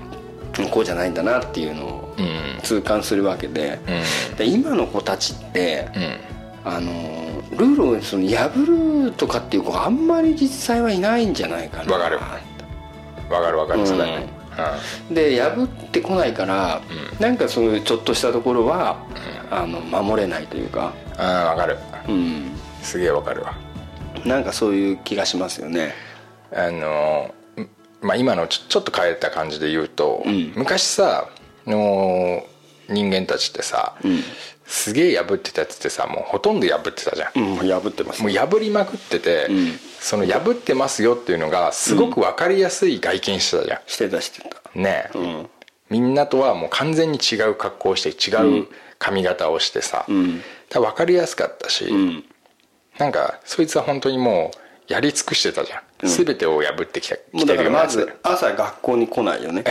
S3: こうじゃないんだなっていうのを
S4: うん
S3: 痛感するわけで,、
S4: うん
S3: で今の子たちって、
S4: うん
S3: あのルールをその破るとかっていう子があんまり実際はいないんじゃないかな
S4: わかるわかるわか
S3: う
S4: る
S3: ん
S4: そうだね
S3: で破ってこないから、なんかそういうちょっとしたところは、あの守れないというか、
S4: うんうんわかる
S3: うん、
S4: すげえわかるわ
S3: なんかそういう気がしますよね
S4: あのーんまあ今のちょちょっと変えた感じで言うと、
S3: うん
S4: 昔さの人間たちってさ、
S3: ん
S4: すげえ破ってたやつってさもうほとんど破ってたじゃん、
S3: うん破ってます
S4: もう破りまくってて、
S3: ん
S4: その破ってますよっていうのがすごく分かりやすい外見してたじゃ
S3: してたしてた
S4: んねえ、
S3: うん
S4: みんなとはもう完全に違う格好をして違う髪型をしてさ、
S3: ん
S4: だから分かりやすかったし、
S3: うん
S4: なんかそいつは本当にもうやり尽くしてたじゃん、全てを破ってきた
S3: も
S4: き
S3: う
S4: て
S3: だから
S4: るような
S3: ま
S4: やつ
S3: ず朝学校に来ないよね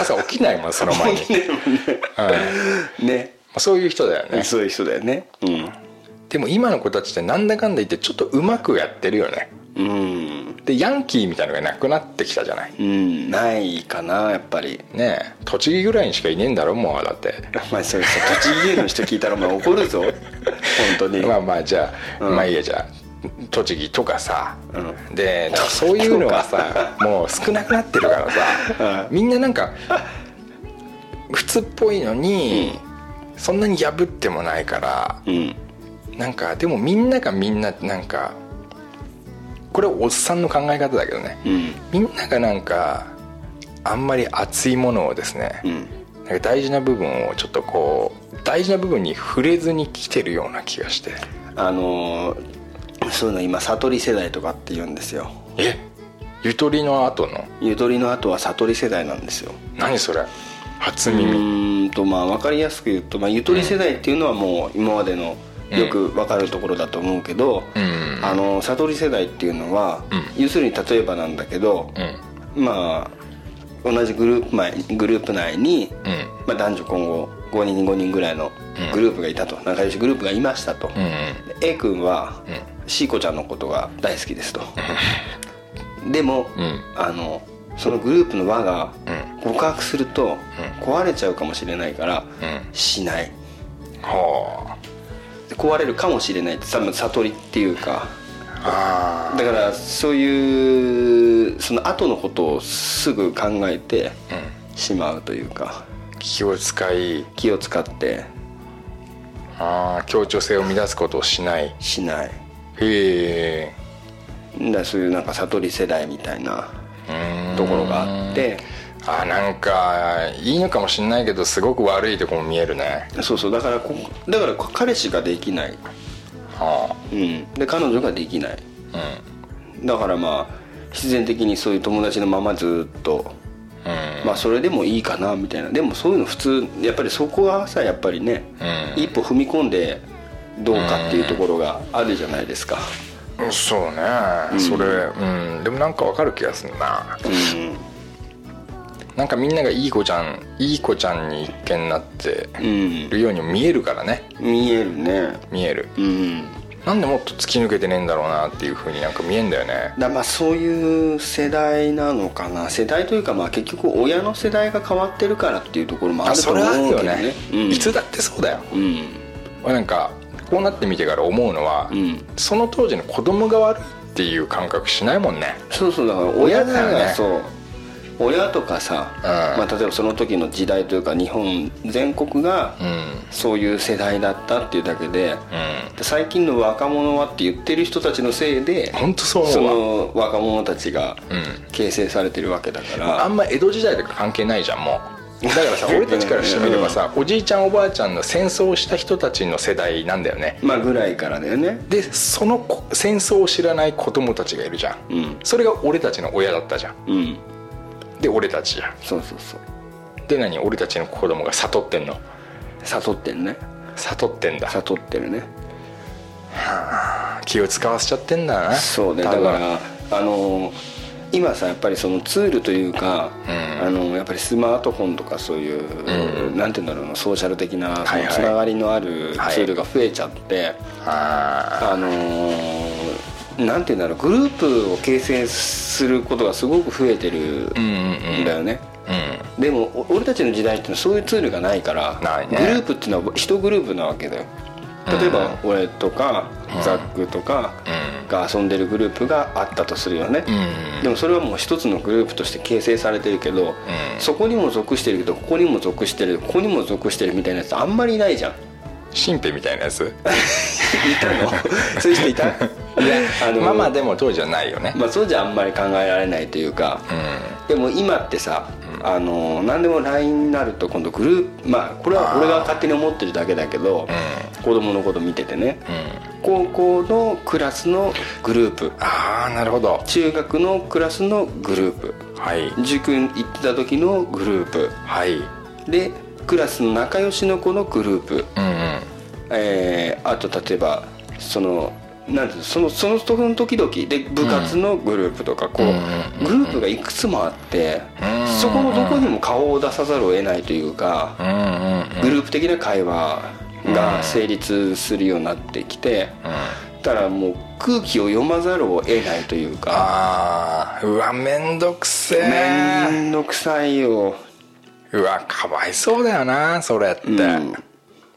S4: 朝起きないもんそ の前に、
S3: ね
S4: まあそういう人だよね
S3: そういう人だよ ね
S4: でも今の子たちってなんだかんだ言ってちょっとうまくやってるよね
S3: うんうん、
S4: でヤンキーみたいのがなくなってきたじゃない
S3: うん、ないかなやっぱり
S4: ねえ栃木ぐらいにしかいねえんだろもうだって
S3: お前それさ栃木芸の人聞いたらお前怒る ぞ本当に、
S4: まあまあじゃあ、
S3: うん
S4: まあいいやじゃあ栃木とかさ、
S3: う
S4: でなんかそういうのはさもう少なくなってるからさ、みんななんか普通っぽいのに、そんなに破ってもないから
S3: うん
S4: なんかでもみんながみんななんかこれおっさんの考え方だけどね、
S3: うん
S4: みんながなんかあんまり熱いものをですね、
S3: うん
S4: なんか大事な部分をちょっとこう大事な部分に触れずに来てるような気がして
S3: あのーそういうの今悟り世代とかって言うんですよ
S4: えゆとりの後の
S3: ゆとりの後は悟り世代なんですよ
S4: 何それ初
S3: う
S4: 耳
S3: ーんとまあ分かりやすく言うと、まあ、ゆとり世代っていうのはもう今までのよく分かるところだと思うけど、
S4: うん
S3: あの悟り世代っていうのは、
S4: うん
S3: 要するに例えばなんだけど、
S4: うん
S3: まあ同じグループ内グループ内に、
S4: うん
S3: まあ、男女混合5人5人ぐらいのグループがいたと、仲良しグループがいましたと、
S4: うん
S3: A 君は、
S4: う
S3: シーコちゃんのことが大好きですと、でも、
S4: うん
S3: あのそのグループの輪が
S4: う
S3: 告白すると壊れちゃうかもしれないから、
S4: うん
S3: しない
S4: は
S3: で壊れるかもしれないって多分悟りっていうか
S4: ああ
S3: だからそういうその後のことをすぐ考えて
S4: あ、
S3: しまうというか
S4: うん、気を使い
S3: 気を使って
S4: ああ協調性を乱すことをしないへ
S3: しない
S4: え
S3: だからそういうなんか悟り世代みたいな
S4: うーん
S3: ところがあって
S4: あなんかいいのかもしれないけどすごく悪いとこも見えるね
S3: そうそうだからこだから彼氏ができない、
S4: は
S3: うん、で彼女ができない
S4: あ
S3: だからまあ必然的にそういう友達のままずっと、
S4: うんうん
S3: まあそれでもいいかなみたいなでもそういうの普通やっぱりそこはさやっぱりね、
S4: うん
S3: 一歩踏み込んでどうかっていうところがあるじゃないですか、
S4: そうね、それうんでもなんかわかる気がするななんかみんながいい子ちゃんいい子ちゃんに一見なって
S3: うん
S4: るように見えるからね
S3: 見えるね
S4: 見える
S3: うん
S4: なんでもっと突き抜けてねえんだろうなっていうふうになんか見えんだよね
S3: だまあそういう世代なのかな世代というかまあ結局親の世代が変わってるからっていうところもあ
S4: あ
S3: ると
S4: それはある
S3: 思う
S4: よ
S3: けど
S4: ね
S3: ねうん
S4: いつだってそうだよ
S3: うん
S4: 俺なんかこうなってみてから思うのは、
S3: うん
S4: その当時の子供が悪いっていう感覚しないもんね
S3: そうそうだから親
S4: 親だよ
S3: が
S4: ね
S3: そう親とかさ、
S4: うん
S3: まあ、例えばその時の時代というか日本全国が
S4: うん
S3: そういう世代だったっていうだけで、
S4: う
S3: で最近の若者はって言ってる人たちのせいで
S4: ん本当そう
S3: そ
S4: 思う
S3: の
S4: わ
S3: 若者たちが
S4: うん
S3: 形成されてるわけだか
S4: あ
S3: ら、
S4: んま江戸時代とか関係ないじゃんもう だからさ俺たちからしてみればさ、おじいちゃんおばあちゃんの戦争をした人たちの世代なんだよね
S3: まあぐらいからだよね
S4: でその子戦争を知らない子供たちがいるじゃん、
S3: うん
S4: それが俺たちの親だったじゃん
S3: うん
S4: で俺たちや
S3: そうそうそう
S4: で何俺たちの子供が悟ってんの
S3: 悟ってるね
S4: 悟ってんだ
S3: 悟ってるね
S4: 気を使わせちゃってんだな
S3: そうねだ
S4: 多
S3: か
S4: 分
S3: らあのー今さやっぱりそのツールというか、
S4: うん
S3: あのーやっぱりスマートフォンとかそういう、
S4: う
S3: なんて言うんだろうなソーシャル的なそ
S4: はい
S3: の
S4: はい
S3: つながりのあるツ
S4: はい
S3: ールが増えちゃって、
S4: あ
S3: あのーなんて言うんだろうグループを形成することがすごく増えてる
S4: ーうんうん
S3: んだよね、
S4: うん
S3: でもお俺たちの時代っていうのはそういうツールがないから
S4: ないね
S3: グループっていうのは一グループなわけだよ例えば俺とかザックとかが遊んでるグループがあったとするよね、
S4: うん
S3: でもそれはもう一つのグループとして形成されてるけど、そこにも属してるけどここにも属してるここにも属してるみたいなやつあんまりい ないじゃんい
S4: 神秘みたいなやつ
S3: たのそういう人いたいや
S4: まあまあでも当時はないよね
S3: まあそうじゃあんまり考えられないというか、でも今ってさ、あの何でも LINE になると今度グループまあこれは俺が勝手に思ってるだけだけど、子供のこと見ててね、高校のクラスのグループ
S4: ああなるほど
S3: 中学のクラスのグループ
S4: はい
S3: 塾行ってた時のグループ
S4: はいうん
S3: でクラスの仲良しの子のグループ、
S4: うん
S3: えーあと例えばそのなんていうのそのその時の時々で部活のグループとかこう、グループがいくつもあって、そこのどこにも顔を出さざるを得ないというか、
S4: うんうんうん
S3: グループ的な会話が成立するようになってきて、だからもう空気を読まざるを得ないというか
S4: ああうわめんどくせ
S3: め
S4: え
S3: んどくさいよ、
S4: うわかわいそうだよなそれって、
S3: うん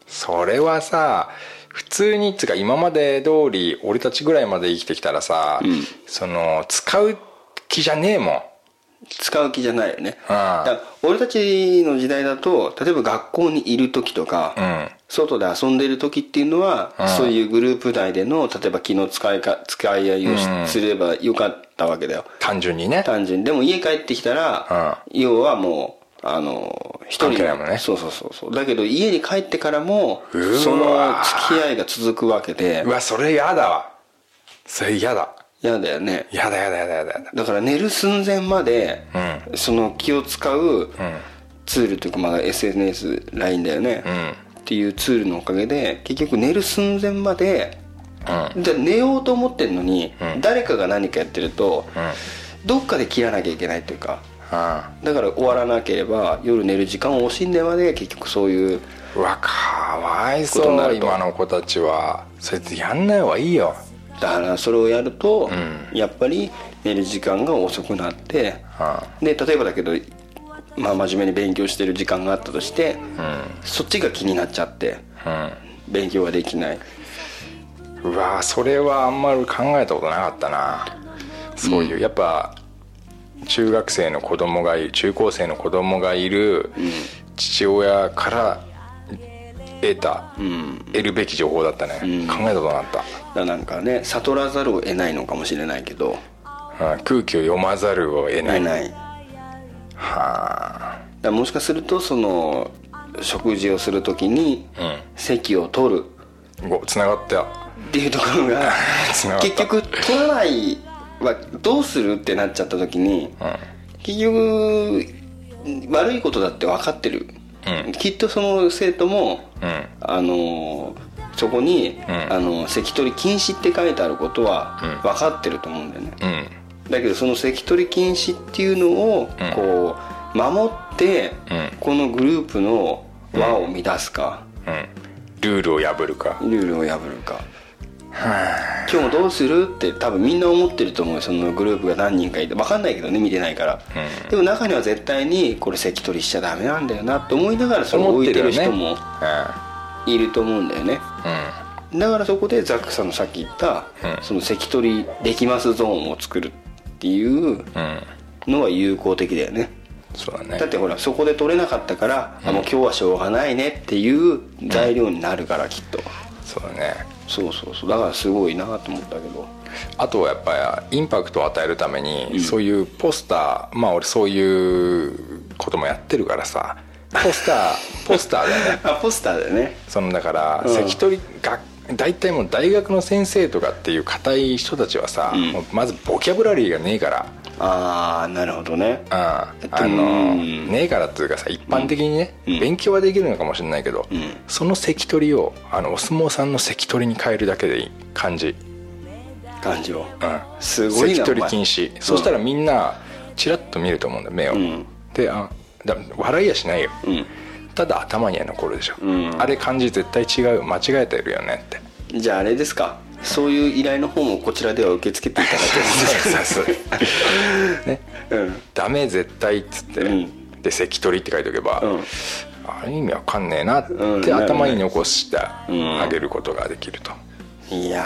S4: それはさ普通につうか今まで通り俺たちぐらいまで生きてきたらさ、その使う気じゃねえもん
S3: 使う気じゃないよね、だ
S4: あ
S3: から俺たちの時代だと例えば学校にいる時とか、
S4: うん
S3: 外で遊んでる時っていうのは、そういうグループ内での例えば気の使いか使い合いをしすればよかったわけだよ
S4: 単純にね
S3: 単純にでも家帰ってきたら、要はもうあの一
S4: 関
S3: 人
S4: 係ないもんね
S3: そうそうそうそうだけど家に帰ってからもそうの
S4: わ
S3: 付き合いが続くわけで
S4: うわそれやだわそれやだ
S3: 嫌だよね
S4: やだやだやだやだやだ
S3: だから寝る寸前まで、その気を使うツールというか、まあ、SNSLINE だよね、っていうツールのおかげで結局寝る寸前まで、じゃあ寝ようと思ってるのに、誰かが何かやってると、どっかで切らなきゃいけないというか、
S4: あう
S3: だから終わらなければ夜寝る時間を惜しんでまで結局そういう
S4: うわかわいそうな今の子たちはそれやんない方がいいよ
S3: だからそれをやると、
S4: う
S3: やっぱり寝る時間が遅くなって、で例えばだけど、まあ、真面目に勉強してる時間があったとして、そっちが気になっちゃって
S4: う
S3: 勉強ができない
S4: んうわそれはあんまり考えたことなかったなそういう、やっぱ中学生の子供がいる中高生の子供がいる父親から得た、得るべき情報だったね、考えたことなかっ
S3: だからなんかね悟らざるを得ないのかもしれないけど
S4: た、うん空気を読まざるを得な
S3: 得
S4: い
S3: ないだか
S4: はあ
S3: らもしかするとその食事をする時に
S4: うん
S3: 席を取る
S4: つながった
S3: っていうところ が
S4: 繋がった
S3: 結局取らないはどうするってなっちゃった時に、結局悪いことだって分かってる、
S4: うん
S3: きっとその生徒も、
S4: うん
S3: あのーそこに、
S4: ん
S3: あのー席取り禁止って書いてあることは分かってると思うんだよね、
S4: うん
S3: だけどその関取り禁止っていうのをこう守って
S4: うん
S3: このグループの輪を乱すか
S4: うんルールを破るか
S3: ルールを破るか今日もどうするって多分みんな思ってると思うよそのグループが何人かいて分かんないけどね見てないからでも中には絶対にこれ関取りしちゃダメなんだよなと思いながらそれを置いてる人
S4: 思
S3: も
S4: ってるよね
S3: いると思うんだよね
S4: う
S3: だからそこでザックさんのさっき言った
S4: うん
S3: その関取りできますゾーンを作るっていうん
S4: うん
S3: のは有効的だよね
S4: そうだね
S3: だってほらそこで取れなかったから、あもう今日はしょうがないねっていう材料になるからきっと、
S4: そうだね
S3: そうそうそうだからすごいなと思ったけど
S4: あとはやっぱりインパクトを与えるために、そういうポスターまあ俺そういうこともやってるからさポスターポスターだよね
S3: あポスターだよね
S4: そのだから
S3: うん
S4: 関取が大体もう大学の先生とかっていう固い人たちはさ、もうまずボキャブラリーがねえから
S3: ああなるほどね
S4: ああ
S3: で
S4: あ
S3: も
S4: の
S3: うん
S4: ねえからっていうかさ一般的にね、
S3: うん
S4: 勉強はできるのかもしれないけど、
S3: ん
S4: その関取をあのお相撲さんの関取に変えるだけでいい感じ、
S3: 感じを
S4: うん、
S3: すごいな
S4: 関
S3: お
S4: 取
S3: 前
S4: 禁止、
S3: ん
S4: そしたらみんなチラッと見ると思うんだ目を、
S3: うん
S4: であだ笑いやしないよ、
S3: うん
S4: ただ頭には残るでしょ、
S3: うん
S4: あれ漢字絶対違うよ間違えてるよね って
S3: じゃああれですかそういう依頼の方もこちらでは受け付けていただけ
S4: そうそうそうね
S3: るうん
S4: ダメ絶対っつって、
S3: うん
S4: で関取って書いておけば、
S3: うん
S4: あ意味わかんねえなって、
S3: うんなるね
S4: 頭に残してあげることができると、
S3: いや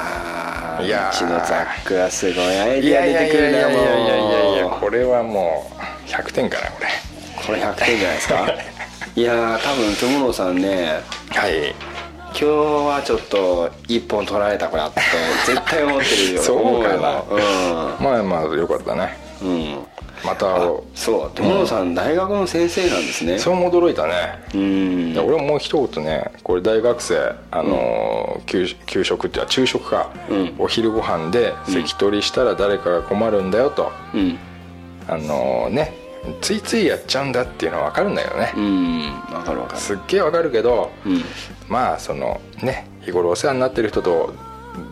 S3: ー
S4: いや
S3: う
S4: ー
S3: ちのザックはすごいアイディア出てくるんだもん
S4: これはもう100点かなこれ
S3: これ100点じゃないですかいやー多分トゥモローさんね
S4: はい
S3: 今日はちょっと一本取られたこれあって絶対思ってるよ
S4: そうかな
S3: 思うよ
S4: まあまあよかったね
S3: うん、うん、
S4: また
S3: そう友野さん、大学の先生なんですね
S4: それも驚いたね、
S3: うん
S4: いや俺ももう一言ねこれ大学生、あのー給給食っていうか昼食か、
S3: うん
S4: お昼ご飯で席取りしたら誰かが困るんだよと、
S3: うん
S4: あのーねついついやっちゃうんだっていうのは分かるんだけどね、
S3: うんわかるわかる
S4: すっげえ分かるけど、
S3: うん
S4: まあそのね日頃お世話になってる人と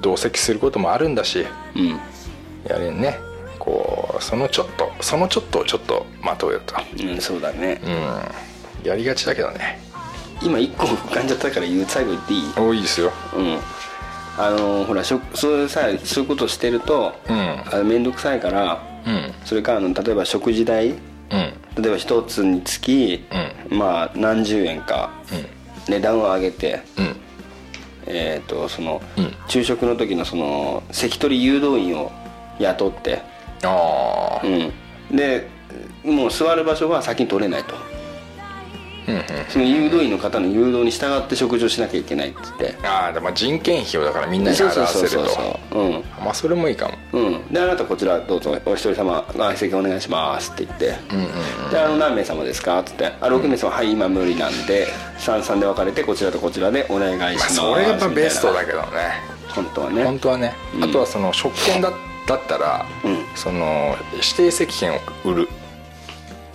S4: 同席することもあるんだし
S3: うん
S4: やれんねこうそのちょっとそのちょっとをちょっと待とうよと
S3: うん、そうだね、
S4: うんやりがちだけどね
S3: 今1個浮かんじゃったから言う最後言っていい
S4: 多いいですよ
S3: うんあのーほらしょそういうさそういうことしてると、
S4: うん
S3: あ面倒くさいから
S4: うん
S3: それからあの例えば食事代
S4: うん
S3: 例えば一つにつき、まあ何十円か、値段を上げて、
S4: うん
S3: えー、とその、
S4: うん
S3: 昼食の時のその関取誘導員を雇って、
S4: ああ
S3: うん、でもう座る場所は先に取れないと、その誘導員の方の誘導に従って食事をしなきゃいけないっつって
S4: ああでも人件費をだからみんなに
S3: そう
S4: 払
S3: そう
S4: わ
S3: そ
S4: せ
S3: う
S4: る
S3: そう
S4: と
S3: そううん
S4: まあそれもいいかも
S3: うん、であなたこちらどうぞお一人様相席お願いしますって言って「であの何名様ですか?」って言って「あ6名様、はい今無理なんで33で分かれてこちらとこちらでお願いし
S4: ま
S3: ま
S4: あ
S3: す」
S4: それがやっぱベストだ
S3: け
S4: けどね
S3: 本当は
S4: 本
S3: ね
S4: 当はね
S3: うん
S4: あとはその食券だだったら
S3: うん
S4: その指定席券を売る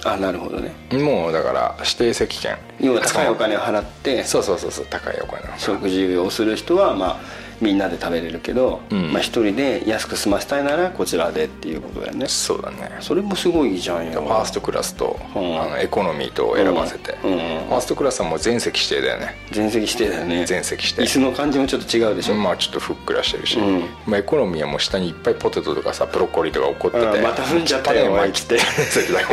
S3: あなるほどね
S4: もうだから指定席券
S3: 要は高いお金を
S4: そ
S3: 払って
S4: うそうそうそう高いお金
S3: 食事をする人はまあみんなで食べれるけど、
S4: うん
S3: まあ、一人で安く済ませたいならこちらでっていうことだよね
S4: そうだね
S3: それもすごいじゃん
S4: フ
S3: よ
S4: ァーストクラスと、
S3: うん
S4: あのエコノミーと選ばせて、
S3: うんうん
S4: ファーストクラスはもう全席指定だよね
S3: 全席指定だよね
S4: 全席指定
S3: 椅子の感じもちょっと違うでしょ、
S4: まあちょっとふっくらしてるし、
S3: うん
S4: まあ、エコノミーはもう下にいっぱいポテトとかさブロッコリーとか怒ってて、
S3: うんまた踏んじゃったよ
S4: 種ま
S3: おい
S4: いて 席だよ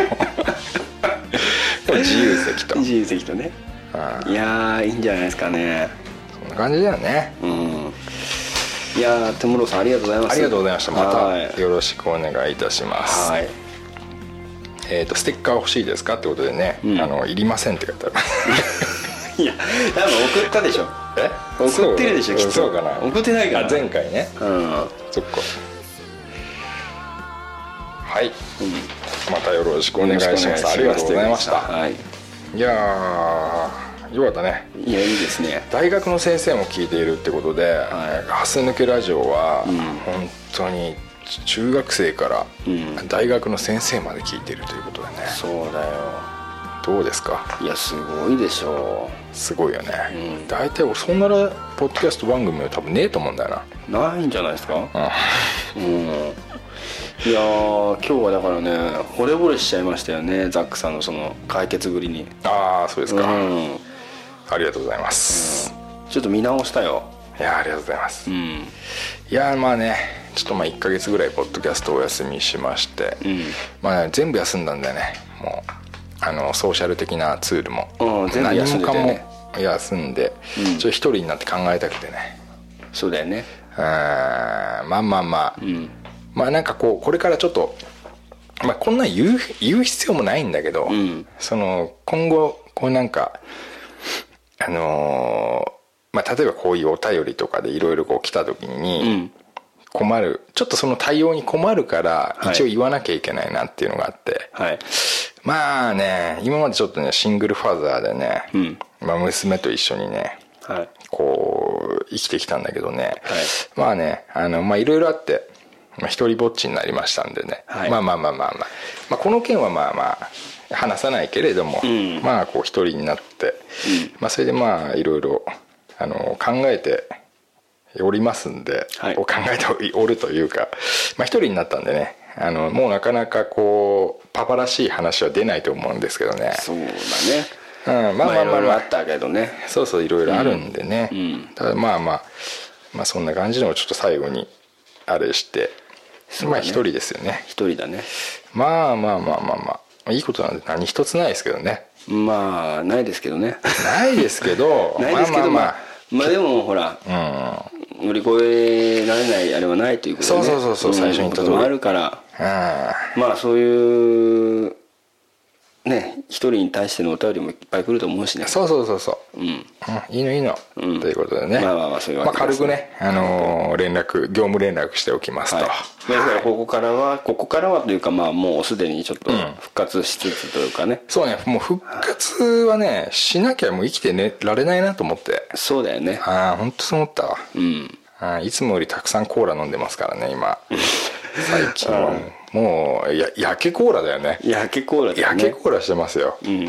S4: でも自由席と、
S3: 自由席とね
S4: ああ
S3: いやーいいんじゃないですかね
S4: そんな感じだよね
S3: うんいやートムローさんありがとうご ざいます
S4: ありがとうございました
S3: はい
S4: またよろしくお願いいたします、
S3: はい
S4: えー、とステッカー欲しいですかってことでね「
S3: うん
S4: あのいりません」って書いて ある
S3: いや多分送ったでしょ
S4: え
S3: 送ってるでしょきっと
S4: そうかな
S3: 送ってないかな
S4: あ前回ね
S3: うん
S4: そっかはい、またよろしくお願いします
S3: よろくお願
S4: ありがとうございました、
S3: はい
S4: いやーよかったね
S3: いやいいですね
S4: 大学の先生も聞いているってことで、
S3: は
S4: ガス抜けラジオは、
S3: ん
S4: 本当に中学生から
S3: うん
S4: 大学の先生まで聞いているということでね、
S3: そうだよ
S4: どうですか
S3: いやすごいでしょ
S4: すごいよね、
S3: うん
S4: 大体俺そんならポッドキャスト番組は多分ねえと思うんだよ
S3: うないんじゃないですか
S4: な、うん
S3: うんいやー今日はだからね惚れ惚れしちゃいましたよねザックさんのその解決ぶりに
S4: ああそうですか、
S3: うん
S4: ありがとうございます、
S3: ちょっと見直したよ
S4: いやーありがとうございます、
S3: う
S4: い
S3: ん
S4: やーまあねちょっとまあ1ヶ月ぐらいポッドキャストお休みしまして、
S3: うん
S4: まあ、全部休んだんだよねもうあのソーシャル的なツールも、
S3: うん全部休んでたよね
S4: 何もかも休んで、
S3: うん
S4: ちょっと一人になって考えたくてね
S3: そうだよね
S4: うんまあまあまあ、
S3: うん
S4: まあなんかこうこれからちょっと、まあ、こんなん言う言う必要もないんだけど、
S3: うん
S4: その今後こうなんかあのーまあ、例えばこういうお便りとかでいろいろこう来た時
S3: う
S4: に
S3: ん
S4: 困る、ちょっとその対応に困るから
S3: はい
S4: 一応言わなきゃいけないなっていうのがあって、
S3: はい
S4: まあね今までちょっとねシングルファザーでね、
S3: うん
S4: まあ、娘と一緒にね
S3: はい
S4: こう生きてきたんだけどね、
S3: はい
S4: まあねあのまあいろいろあって、まあ、一人ぼっちになりましたんでね、
S3: はい
S4: まあまあまあまあまあ、まあ、この件はまあまあ話さないけれども、
S3: ん
S4: まあこう一人になって、まあ、それでまあいろいろあの考えておりますんで、
S3: はい
S4: こう考えておるというか、まあ、一人になったんでねあのもうなかなかこうパパらしい話は出ないと思うんですけどね、
S3: そうだね
S4: うん、まあまあまあ
S3: いろい
S4: ま
S3: ろ
S4: あ
S3: あったけどね
S4: そうそういろいろあるんでね、
S3: うんうん
S4: ただまあまあまあそんな感じのをちょっと最後にあれして、
S3: そう
S4: ま
S3: だね
S4: あ一人ですよね
S3: 一人だね
S4: まあまあまあまあまあいいことなんで何一つないですけどね
S3: まあないですけどね
S4: ないですけど
S3: ないですけどまあ
S4: ま
S3: まあでもほら
S4: あまあ
S3: 乗り越えられないあれはないということでね
S4: そうそうそうそう最初に言った通り
S3: こともあるから
S4: う
S3: まあそういうね一人に対してのお便りもいっぱい来ると思うしね
S4: んそうそうそうそう
S3: う、ん、
S4: うんいいのいいの、
S3: うん
S4: ということでね
S3: まあまあまあそういうわ
S4: まあ
S3: けで
S4: 軽
S3: すね
S4: くね、あのー連絡業務連絡しておきますと、
S3: はい、だからここからはここからはというかまあもうすでにちょっと復活しつつというかね、
S4: そうねもう復活はねしなきゃもう生きて、ね、られないなと思って
S3: そうだよね
S4: ああ本当そう思ったわ
S3: うん
S4: あーいつもよりたくさんコーラ飲んでますからね 今最近はもうや焼けコーラだよね
S3: 焼けコーラだよね
S4: 焼けコーラしてますよ
S3: うん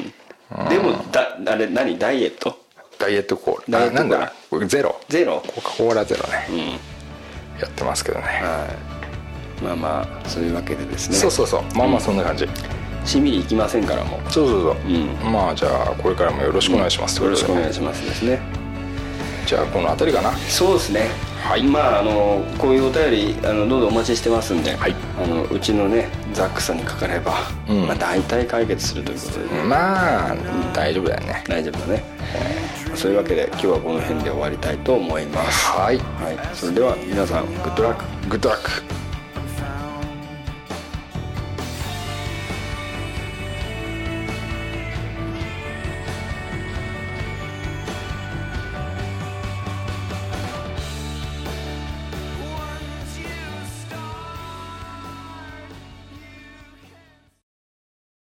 S3: でもだあれ何ダイエット
S4: ダイエットコー
S3: ダイ
S4: ラ
S3: エ
S4: あ
S3: ットコ
S4: な
S3: ーラ
S4: んだゼロ
S3: ゼロ
S4: コカ・コーラゼロ
S3: う
S4: ね
S3: ん
S4: やってますけどね
S3: はいまあまあそういうわけでですね
S4: そうそうそうまあまあそんな感じ
S3: しんみりいきませんからもう
S4: そうそうそう
S3: うん
S4: まあじゃあこれからもよろしくお願いします
S3: よろしくお願い
S4: す
S3: しますですね
S4: じゃあこの辺りかな
S3: そうですね
S4: はい
S3: まああのこういうお便りあのどんどんお待ちしてますんで、
S4: はい
S3: あのうちのねザックさんにかかれば、
S4: うん
S3: まあ、大体解決するということでね、
S4: まあ大丈夫だよね
S3: 大丈夫だねそういうわけで今日はこの辺で終わりたいと思います
S4: はい
S3: はい、それでは皆さんグッドラック
S4: グッドラック